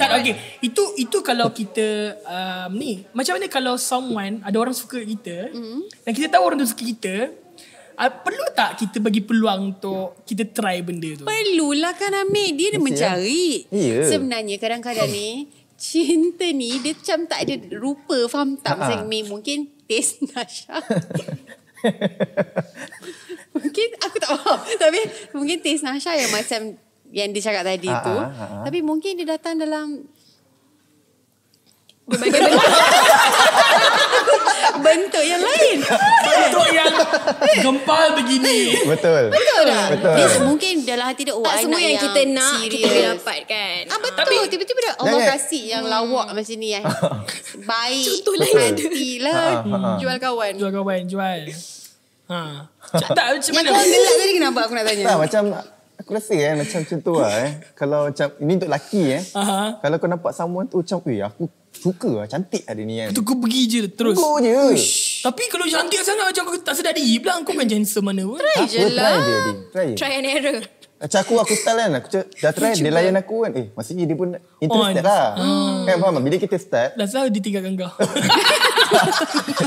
Speaker 3: tak okey. Itu itu kalau kita um, ni macam mana kalau someone ada orang suka kita
Speaker 1: Mm-hmm.
Speaker 3: mm. dan kita tahu orang tu suka kita uh, perlu tak kita bagi peluang untuk kita try benda tu?
Speaker 5: Perlulah kan Amir Dia dah
Speaker 1: Mesti,
Speaker 5: mencari
Speaker 1: eh? Ya.
Speaker 5: Sebenarnya kadang-kadang ni Cinta ni Dia macam tak ada rupa Faham tak
Speaker 1: Ha-ha.
Speaker 5: Macam Amir Mungkin Taste Nasha Mungkin Aku tak faham Tapi Mungkin taste Nasha yang macam Yang dia cakap tadi
Speaker 1: Ha-ha,
Speaker 5: tu
Speaker 1: ha-ha.
Speaker 5: Tapi mungkin dia datang dalam
Speaker 4: Berbagai benda.
Speaker 5: Bentuk yang lain
Speaker 3: Bentuk yang gempal begini.
Speaker 1: Betul.
Speaker 5: Betul tak?
Speaker 1: Betul.
Speaker 5: Dia mungkin dalam hati dia oh,
Speaker 4: tak
Speaker 5: I
Speaker 4: semua yang, kita nak kita boleh
Speaker 5: serious.
Speaker 4: dapat kan.
Speaker 5: Ah betul
Speaker 3: Tapi-
Speaker 5: tiba-tiba dah Allah
Speaker 1: Jangan.
Speaker 5: kasih yang lawak macam ni yang baik.
Speaker 4: Contoh lain ada.
Speaker 5: hati lah
Speaker 1: Ha, ha, ha.
Speaker 5: jual kawan.
Speaker 3: Jual kawan, jual. Ha. Cak- tak macam
Speaker 5: Yang
Speaker 3: mana?
Speaker 5: kau gelak tadi kenapa aku nak tanya?
Speaker 1: Tak, macam aku rasa eh, macam macam tu lah eh. Kalau macam, ini untuk lelaki eh.
Speaker 3: Aha.
Speaker 1: Kalau kau nampak someone tu macam, eh aku suka lah, cantik lah dia ni kan.
Speaker 3: Tu kau pergi je terus.
Speaker 1: Go je.
Speaker 3: Tapi kalau cantik sangat macam kau tak sedar diri pula kau kan handsome mana pun.
Speaker 1: Try
Speaker 5: je lah.
Speaker 1: Try je, Din. Try je.
Speaker 4: Try and error.
Speaker 1: Macam aku, aku style kan. Aku cakap, dah try, dia layan aku kan. Eh, maksudnya dia pun interested
Speaker 3: On.
Speaker 1: lah.
Speaker 4: Hmm.
Speaker 1: Kan faham tak? Bila kita start,
Speaker 3: Dah salah dia tinggalkan kau.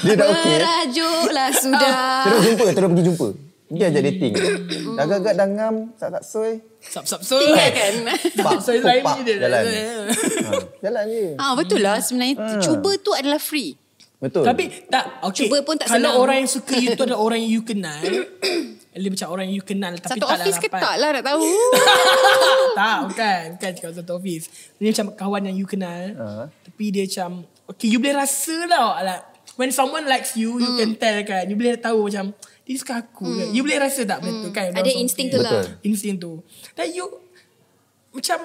Speaker 1: dia dah eh? okay.
Speaker 5: lah,
Speaker 4: Merajuklah sudah.
Speaker 1: Terus jumpa, terus pergi jumpa. Dia ajak dating. Dah gagak, dah ngam, tak-tak soy.
Speaker 3: Sap sap sap.
Speaker 5: Tinggalkan.
Speaker 1: Pak,
Speaker 3: Saya lain
Speaker 1: pak,
Speaker 3: je dia.
Speaker 1: jalan. Ha, Jalan je.
Speaker 5: Ah betul lah sebenarnya cuba tu adalah free.
Speaker 1: Betul.
Speaker 3: Tapi tak okay.
Speaker 4: Cuba pun tak
Speaker 3: Kalau
Speaker 4: senang.
Speaker 3: orang yang suka you tu adalah orang yang you kenal. Lebih macam orang yang you kenal tapi
Speaker 5: Satu
Speaker 3: tak
Speaker 5: office
Speaker 3: lah
Speaker 5: ke
Speaker 3: rapat.
Speaker 5: tak lah nak tahu.
Speaker 3: tak, bukan. Bukan cakap satu office. Dia macam kawan yang you kenal.
Speaker 1: Ah.
Speaker 3: Tapi dia macam okay you boleh rasa lah like, when someone likes you
Speaker 4: Hmm.
Speaker 3: you can tell kan. You boleh tahu macam dia suka aku ke. You boleh rasa tak benda tu kan.
Speaker 4: Hmm. Ada
Speaker 3: Orang
Speaker 4: insting
Speaker 3: suka.
Speaker 4: tu lah.
Speaker 1: Betul.
Speaker 3: Insting tu. Dan you macam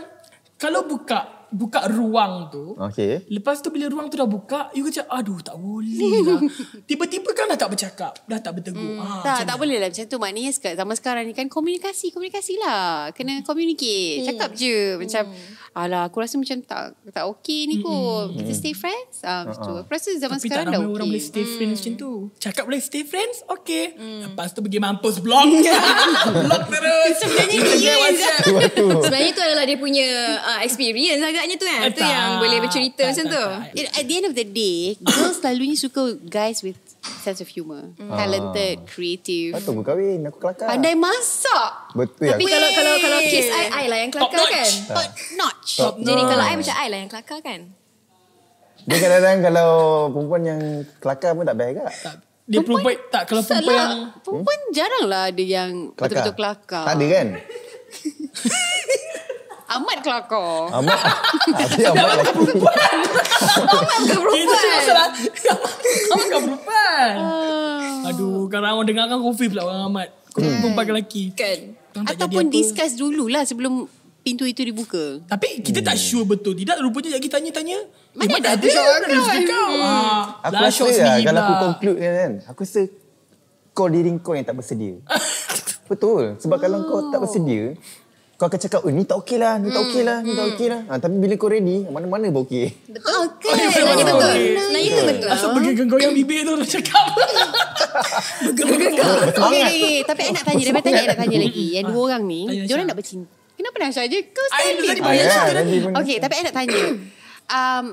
Speaker 3: kalau buka buka ruang tu
Speaker 1: Okay.
Speaker 3: Lepas tu bila ruang tu dah buka You macam aduh tak boleh lah Tiba-tiba kan dah tak bercakap Dah tak bertegur hmm, ah,
Speaker 5: tak, tak boleh lah macam tu. Maknanya sek- zaman sekarang ni kan komunikasi, komunikasi lah. Kena communicate. Cakap je macam
Speaker 3: Hmm.
Speaker 5: alah aku rasa macam tak tak okey ni kot. Kita stay friends. Ah, macam tu. Aku rasa zaman
Speaker 3: Tapi tak
Speaker 5: sekarang
Speaker 3: ramai
Speaker 5: dah
Speaker 3: orang boleh
Speaker 5: okey. Hmm.
Speaker 3: stay friends macam tu Cakap boleh stay friends Okay Lepas tu pergi mampus blog Blog terus Sebenarnya
Speaker 4: yes.
Speaker 1: Waktu.
Speaker 4: Sebenarnya tu adalah dia punya uh, experience agaknya tu kan.
Speaker 3: Eh,
Speaker 4: Tu
Speaker 3: tak.
Speaker 4: yang boleh bercerita
Speaker 3: Tak,
Speaker 4: macam
Speaker 3: tak,
Speaker 4: tu.
Speaker 3: tak.
Speaker 5: It, at the end of the day, girls selalunya suka guys with sense of humour. Talented, creative.
Speaker 1: Patut berkahwin, aku kelakar.
Speaker 5: Pandai masak.
Speaker 1: Betul
Speaker 4: Tapi
Speaker 1: aku.
Speaker 4: kalau kalau kalau case I I lah yang
Speaker 3: Top
Speaker 4: kelakar
Speaker 3: notch.
Speaker 4: kan.
Speaker 5: Top notch.
Speaker 1: Top
Speaker 4: Jadi
Speaker 1: notch.
Speaker 4: kalau I macam I lah yang kelakar kan.
Speaker 1: Dia kadang-kadang kalau perempuan yang kelakar pun tak baik agak.
Speaker 3: Dia perempuan Tak kalau perempuan
Speaker 5: Salah.
Speaker 3: yang
Speaker 5: Perempuan jaranglah ada yang betul-betul kelakar.
Speaker 1: Tak ada kan?
Speaker 5: Amat kelakar.
Speaker 1: Amat. Tapi amat lelaki.
Speaker 3: Itu Eh, cuma salah Kamu kan perempuan
Speaker 5: Ah.
Speaker 3: Aduh Kalau orang dengar kan Kofi pula orang amat Perempuan ke lelaki
Speaker 4: Kan.
Speaker 3: Korang tak jadi
Speaker 5: Hmm. Ataupun
Speaker 3: apa.
Speaker 5: discuss dululah sebelum pintu itu dibuka.
Speaker 3: Tapi kita tak sure betul tidak rupanya lagi tanya-tanya. eh,
Speaker 5: Mana ada Hmm.
Speaker 3: mana
Speaker 5: shot
Speaker 3: mana
Speaker 5: kau?
Speaker 3: rezeki kau? Ah,
Speaker 1: Aku
Speaker 3: dah
Speaker 1: rasa
Speaker 3: shot
Speaker 1: lah,
Speaker 3: sendiri
Speaker 1: kalau aku
Speaker 3: pula.
Speaker 1: conclude kan, kan, aku rasa
Speaker 5: Oh.
Speaker 1: kau diri kau yang tak bersedia. Betul. Sebab kalau kau tak bersedia, Kau akan cakap, oh, ni tak okey lah, ni
Speaker 5: Hmm,
Speaker 1: tak okey lah, ni tak okey lah. Ha, tapi bila kau ready, mana-mana pun okey.
Speaker 4: Betul?
Speaker 5: Ah,
Speaker 4: Okay. Nanya betul. Nanya ke betul?
Speaker 3: Asal bergoyang bibir tu nak cakap. Bergoyang.
Speaker 5: Okay, okay, tapi I nak tanya. Daripada tadi I nak tanya lagi. Yang dua orang ni,
Speaker 3: Tanya
Speaker 5: diorang
Speaker 3: Aisyah.
Speaker 5: nak bercinta. Kenapa Nasha je? Kau
Speaker 3: I tadi
Speaker 5: standing.
Speaker 3: bayar
Speaker 1: Ah,
Speaker 3: cerita
Speaker 1: kan,
Speaker 3: tadi.
Speaker 1: tadi pun-
Speaker 5: Okay, tapi I nak tanya. um,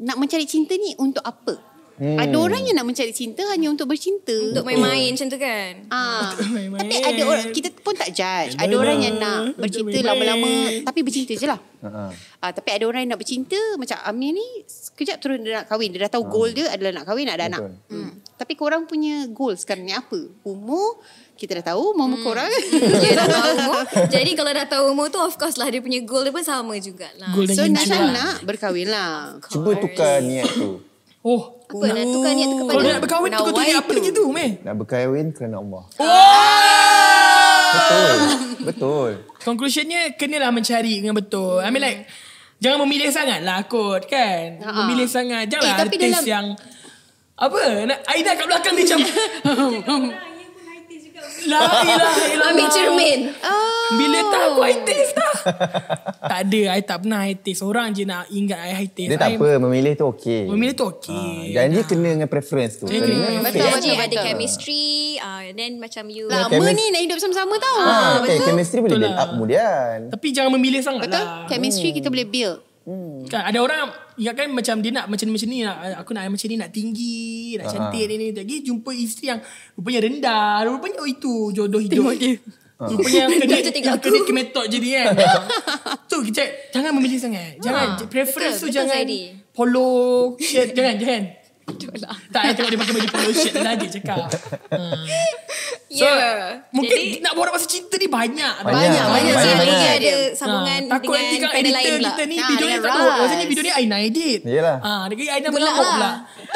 Speaker 5: nak mencari cinta ni untuk apa? Hmm. Ada orang yang nak mencari cinta hanya untuk bercinta.
Speaker 4: Untuk main-main macam tu kan?
Speaker 5: Ah.
Speaker 3: main-main.
Speaker 5: Tapi ada orang kita pun tak judge. Ada
Speaker 3: Main-main.
Speaker 5: orang yang nak
Speaker 3: Untuk
Speaker 5: bercinta
Speaker 3: main-main.
Speaker 5: lama-lama tapi bercinta je lah.
Speaker 1: Ha.
Speaker 5: Ah, tapi ada orang yang nak bercinta macam Amir ni sekejap terus dia nak kahwin. Dia dah
Speaker 3: Ah.
Speaker 5: tahu goal dia adalah nak kahwin, nak ada anak.
Speaker 1: Betul.
Speaker 5: Hmm. Tapi korang punya goal sekarang ni apa? Umur kita dah tahu umur hmm. korang.
Speaker 4: Dia dah tahu umur. Jadi kalau dah tahu umur tu of course lah dia punya goal dia pun sama jugalah.
Speaker 3: Goal dan
Speaker 5: so Nasha
Speaker 3: impian.
Speaker 5: nak berkahwin lah.
Speaker 1: Cuba tukar niat tu.
Speaker 3: Oh.
Speaker 4: Apa nak tukar niat tu kepada
Speaker 3: Kalau nak berkahwin tu kau
Speaker 5: Nawai
Speaker 3: tunjuk apa
Speaker 5: tu.
Speaker 3: lagi tu, meh?
Speaker 1: Nak berkahwin kerana Allah.
Speaker 3: Oh!
Speaker 1: Betul. Betul.
Speaker 3: Conclusionnya kenalah mencari dengan betul. I mean like jangan memilih sangat lah kot kan.
Speaker 5: Ha-ha.
Speaker 3: Memilih sangat. Janganlah
Speaker 5: Eh,
Speaker 3: eh,
Speaker 5: tapi
Speaker 3: artis
Speaker 5: dalam-
Speaker 3: yang apa? Nak, Aida kat belakang ni macam La ilaha illallah.
Speaker 4: Ambil cermin.
Speaker 3: Bila tak aku high taste dah. tak ada. I tak pernah high taste. Orang je nak ingat I high taste.
Speaker 1: Dia
Speaker 3: I
Speaker 1: tak apa, memilih tu okey.
Speaker 3: Memilih tu
Speaker 1: Ah,
Speaker 3: okey.
Speaker 1: Dan dia kena dengan preference tu.
Speaker 3: Dia
Speaker 1: Kena
Speaker 3: kena
Speaker 1: dengan
Speaker 3: dengan
Speaker 1: fit.
Speaker 5: Betul,
Speaker 4: Jadi
Speaker 5: betul, Lah,
Speaker 4: ada
Speaker 5: betul.
Speaker 4: chemistry uh, Then macam you
Speaker 5: Lama
Speaker 1: chemist-
Speaker 5: ni nak hidup sama-sama tau.
Speaker 1: Ah, okay, chemistry boleh
Speaker 3: Betul
Speaker 1: build up
Speaker 3: lah.
Speaker 1: kemudian.
Speaker 3: Tapi jangan memilih sangat
Speaker 5: Betul?
Speaker 3: lah.
Speaker 4: Kan?
Speaker 5: Chemistry kita boleh build.
Speaker 3: Kan ada orang ingat kan macam dia nak macam macam ni nak aku nak macam ni nak tinggi,
Speaker 1: Ah.
Speaker 3: nak cantik ni ni lagi jumpa isteri yang rupanya rendah, rupanya oh itu jodoh hidup. Tengok dia. Rupanya yang kena
Speaker 4: Dia tengok
Speaker 3: yang
Speaker 4: aku.
Speaker 3: kena ke metot je dia kan. tu kita jangan memilih sangat. Jangan
Speaker 4: Ha,
Speaker 3: preference tu
Speaker 4: betul, betul,
Speaker 3: jangan
Speaker 4: Zaidi.
Speaker 3: polo shirt jangan jangan. Tak saya tengok dia pakai baju polo shirt lah dia cakap. So,
Speaker 4: Yeah
Speaker 3: Mungkin
Speaker 4: Jadi,
Speaker 3: nak borak pasal cinta ni banyak.
Speaker 5: Banyak, banyak
Speaker 4: Banyak
Speaker 5: sangat.
Speaker 4: lagi
Speaker 5: sangat.
Speaker 4: ada sambungan
Speaker 3: ha, takut nanti
Speaker 4: dengan
Speaker 3: kalau
Speaker 4: benda lain
Speaker 3: editor
Speaker 4: pula.
Speaker 3: kita ni
Speaker 5: Ah,
Speaker 3: ha, video ni
Speaker 5: dengan
Speaker 3: tak tahu.
Speaker 5: Ras.
Speaker 3: Maksudnya video ni Aina edit.
Speaker 1: Yelah.
Speaker 3: Ha, dia kira Aina
Speaker 4: Gelak
Speaker 3: mengamuk
Speaker 4: lah.
Speaker 3: pula.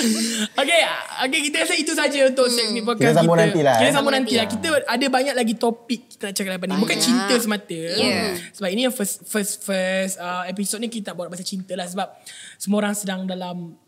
Speaker 3: okay, okay, kita rasa itu saja untuk hmm. segmen podcast
Speaker 1: Kita sambung
Speaker 3: kita.
Speaker 1: nantilah,
Speaker 3: Kita
Speaker 1: eh.
Speaker 3: sambung nanti lah. Kita ada banyak lagi topik kita nak cakap lepas ni. Bukan
Speaker 5: Banyak.
Speaker 3: cinta semata.
Speaker 4: Yeah.
Speaker 3: Sebab ini yang first first first uh, episode ni kita nak buat pasal cinta lah. Sebab semua orang sedang dalam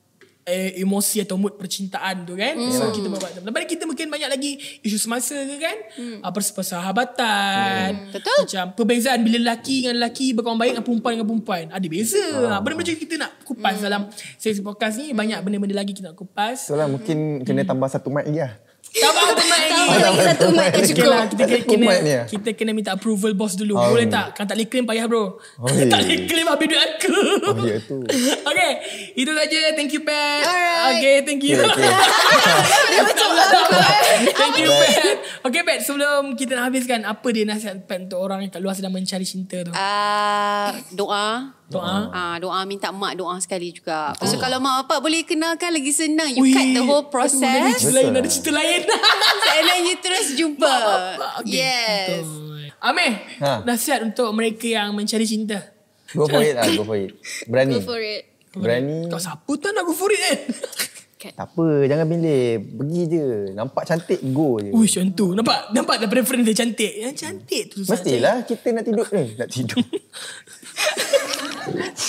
Speaker 3: eh, emosi atau mood percintaan tu kan
Speaker 4: Hmm.
Speaker 3: So kita buat Lepas ni kita mungkin banyak lagi Isu semasa ke kan hmm.
Speaker 1: Hmm.
Speaker 3: Persahabatan
Speaker 5: Betul.
Speaker 3: macam perbezaan bila lelaki dengan lelaki berkawan baik dengan perempuan dengan perempuan. Ada beza. Ha.
Speaker 4: Ah.
Speaker 3: Benda-benda macam kita nak kupas hmm. dalam sesi podcast ni. Banyak benda-benda lagi kita nak kupas.
Speaker 1: So lah mungkin kena tambah satu mic lagi lah.
Speaker 3: Tak apa aku main lagi.
Speaker 4: Tambah lagi satu mic tak
Speaker 3: Okay
Speaker 4: cukup
Speaker 3: lah, kita kena,
Speaker 1: Cukup mic ni
Speaker 3: kena,
Speaker 1: ah.
Speaker 3: kita kena minta approval bos dulu.
Speaker 1: Oh.
Speaker 3: Boleh tak? Kan tak boleh claim payah bro.
Speaker 1: Oi.
Speaker 3: tak boleh claim habis duit aku.
Speaker 1: Oh, ya tu.
Speaker 3: okay. Itu saja. Thank you Pat.
Speaker 5: Alright.
Speaker 3: Okay thank you.
Speaker 1: Okay, okay.
Speaker 4: lah,
Speaker 3: Thank you Pat. Okay Pat sebelum kita nak habiskan. Apa dia nasihat Pat untuk orang yang kat luar sedang mencari cinta tu?
Speaker 5: Ah, doa.
Speaker 3: Doa.
Speaker 5: Ah, doa minta mak doa sekali juga. So kalau mak bapak boleh kenalkan lagi senang. You
Speaker 3: Ui,
Speaker 5: cut the
Speaker 3: aduh,
Speaker 5: whole
Speaker 3: Ada
Speaker 5: process.
Speaker 3: cerita lain, ada cerita lain.
Speaker 5: And then you terus jumpa.
Speaker 3: Okay.
Speaker 5: Yes.
Speaker 3: Betul. Amir,
Speaker 1: Ha.
Speaker 3: nasihat untuk mereka yang mencari cinta.
Speaker 1: Go for it lah, go for it. Berani.
Speaker 4: Go for it
Speaker 1: Berani.
Speaker 3: Kau siapa tu nak gufurit kan?
Speaker 1: Tak apa, jangan pilih. Pergi je. Nampak cantik, go je.
Speaker 3: Ui, macam tu. Nampak? Nampak dah preference dia cantik. Yang cantik tu susah.
Speaker 1: Mestilah kita nak tidur ni. Nak tidur.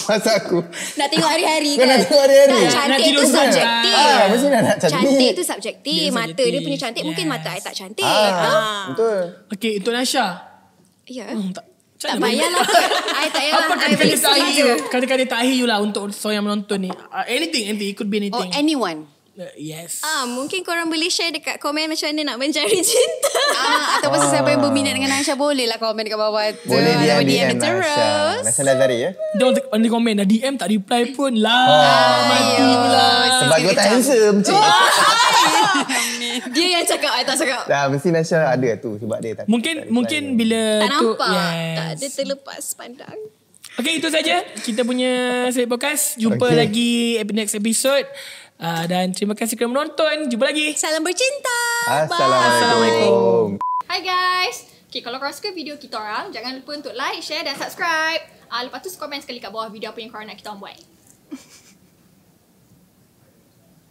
Speaker 1: Masa aku.
Speaker 4: Nak tengok hari-hari
Speaker 1: Kau
Speaker 4: kan
Speaker 1: nak tengok hari-hari?
Speaker 4: Tak,
Speaker 1: Nak
Speaker 4: Cantik
Speaker 3: tidur
Speaker 4: tu
Speaker 3: sebentar.
Speaker 4: subjektif
Speaker 1: Ah, mesti nak- nak cantik.
Speaker 4: Cantik tu subjektif
Speaker 3: Dia
Speaker 4: Mata
Speaker 3: subjektif.
Speaker 4: dia punya cantik Mungkin
Speaker 3: Yes.
Speaker 4: mata saya tak cantik
Speaker 1: Ah,
Speaker 4: Ah,
Speaker 1: betul.
Speaker 3: Okay, untuk Nasha.
Speaker 4: Ya
Speaker 3: Hmm, tak. macam
Speaker 4: Tak
Speaker 3: mana
Speaker 4: payahlah I tak payahlah
Speaker 3: Apa
Speaker 4: I
Speaker 3: kata-kata
Speaker 4: beli
Speaker 3: tak akhir
Speaker 4: saja
Speaker 3: you? Kata-kata tak akhir you lah untuk seorang yang menonton ni. Uh, anything, anything. It could be
Speaker 5: Or
Speaker 3: anything.
Speaker 5: Oh, anyone.
Speaker 3: Uh, yes.
Speaker 4: Ah, mungkin korang boleh share dekat komen macam mana nak mencari cinta.
Speaker 5: Ah, ataupun sesiapa yang berminat dengan Aisyah boleh lah komen dekat bawah tu.
Speaker 1: Boleh
Speaker 5: Ataupun
Speaker 1: DM, DM, lah,
Speaker 5: dia
Speaker 1: Nasha.
Speaker 5: terus.
Speaker 1: Nasha Lazari ya.
Speaker 3: Dia orang te- orang komen dah DM tak reply pun
Speaker 1: Ah.
Speaker 3: lah. Mati pula.
Speaker 1: Sebab kau tak handsome, cik.
Speaker 4: Dia yang cakap, I tak cakap.
Speaker 1: Dah, Ah, mesti Nasha ada tu sebab dia tak. tak
Speaker 3: Mungkin
Speaker 1: reply
Speaker 3: mungkin
Speaker 1: dia.
Speaker 3: bila
Speaker 4: Tak
Speaker 3: tu
Speaker 4: nampak.
Speaker 3: yes.
Speaker 4: Tak, dia terlepas pandang.
Speaker 3: Okay itu saja kita punya Selit Podcast. Jumpa okay.
Speaker 1: Okay.
Speaker 3: lagi ep- next episode. Uh, dan terima kasih kerana menonton. Jumpa lagi.
Speaker 5: Salam bercinta.
Speaker 1: Assalamualaikum.
Speaker 6: Hi guys! Okay, kalau korang suka video kita orang, jangan lupa untuk like, share dan subscribe. Ah, lepas tu komen sekali kat bawah video apa yang korang nak kita orang buat.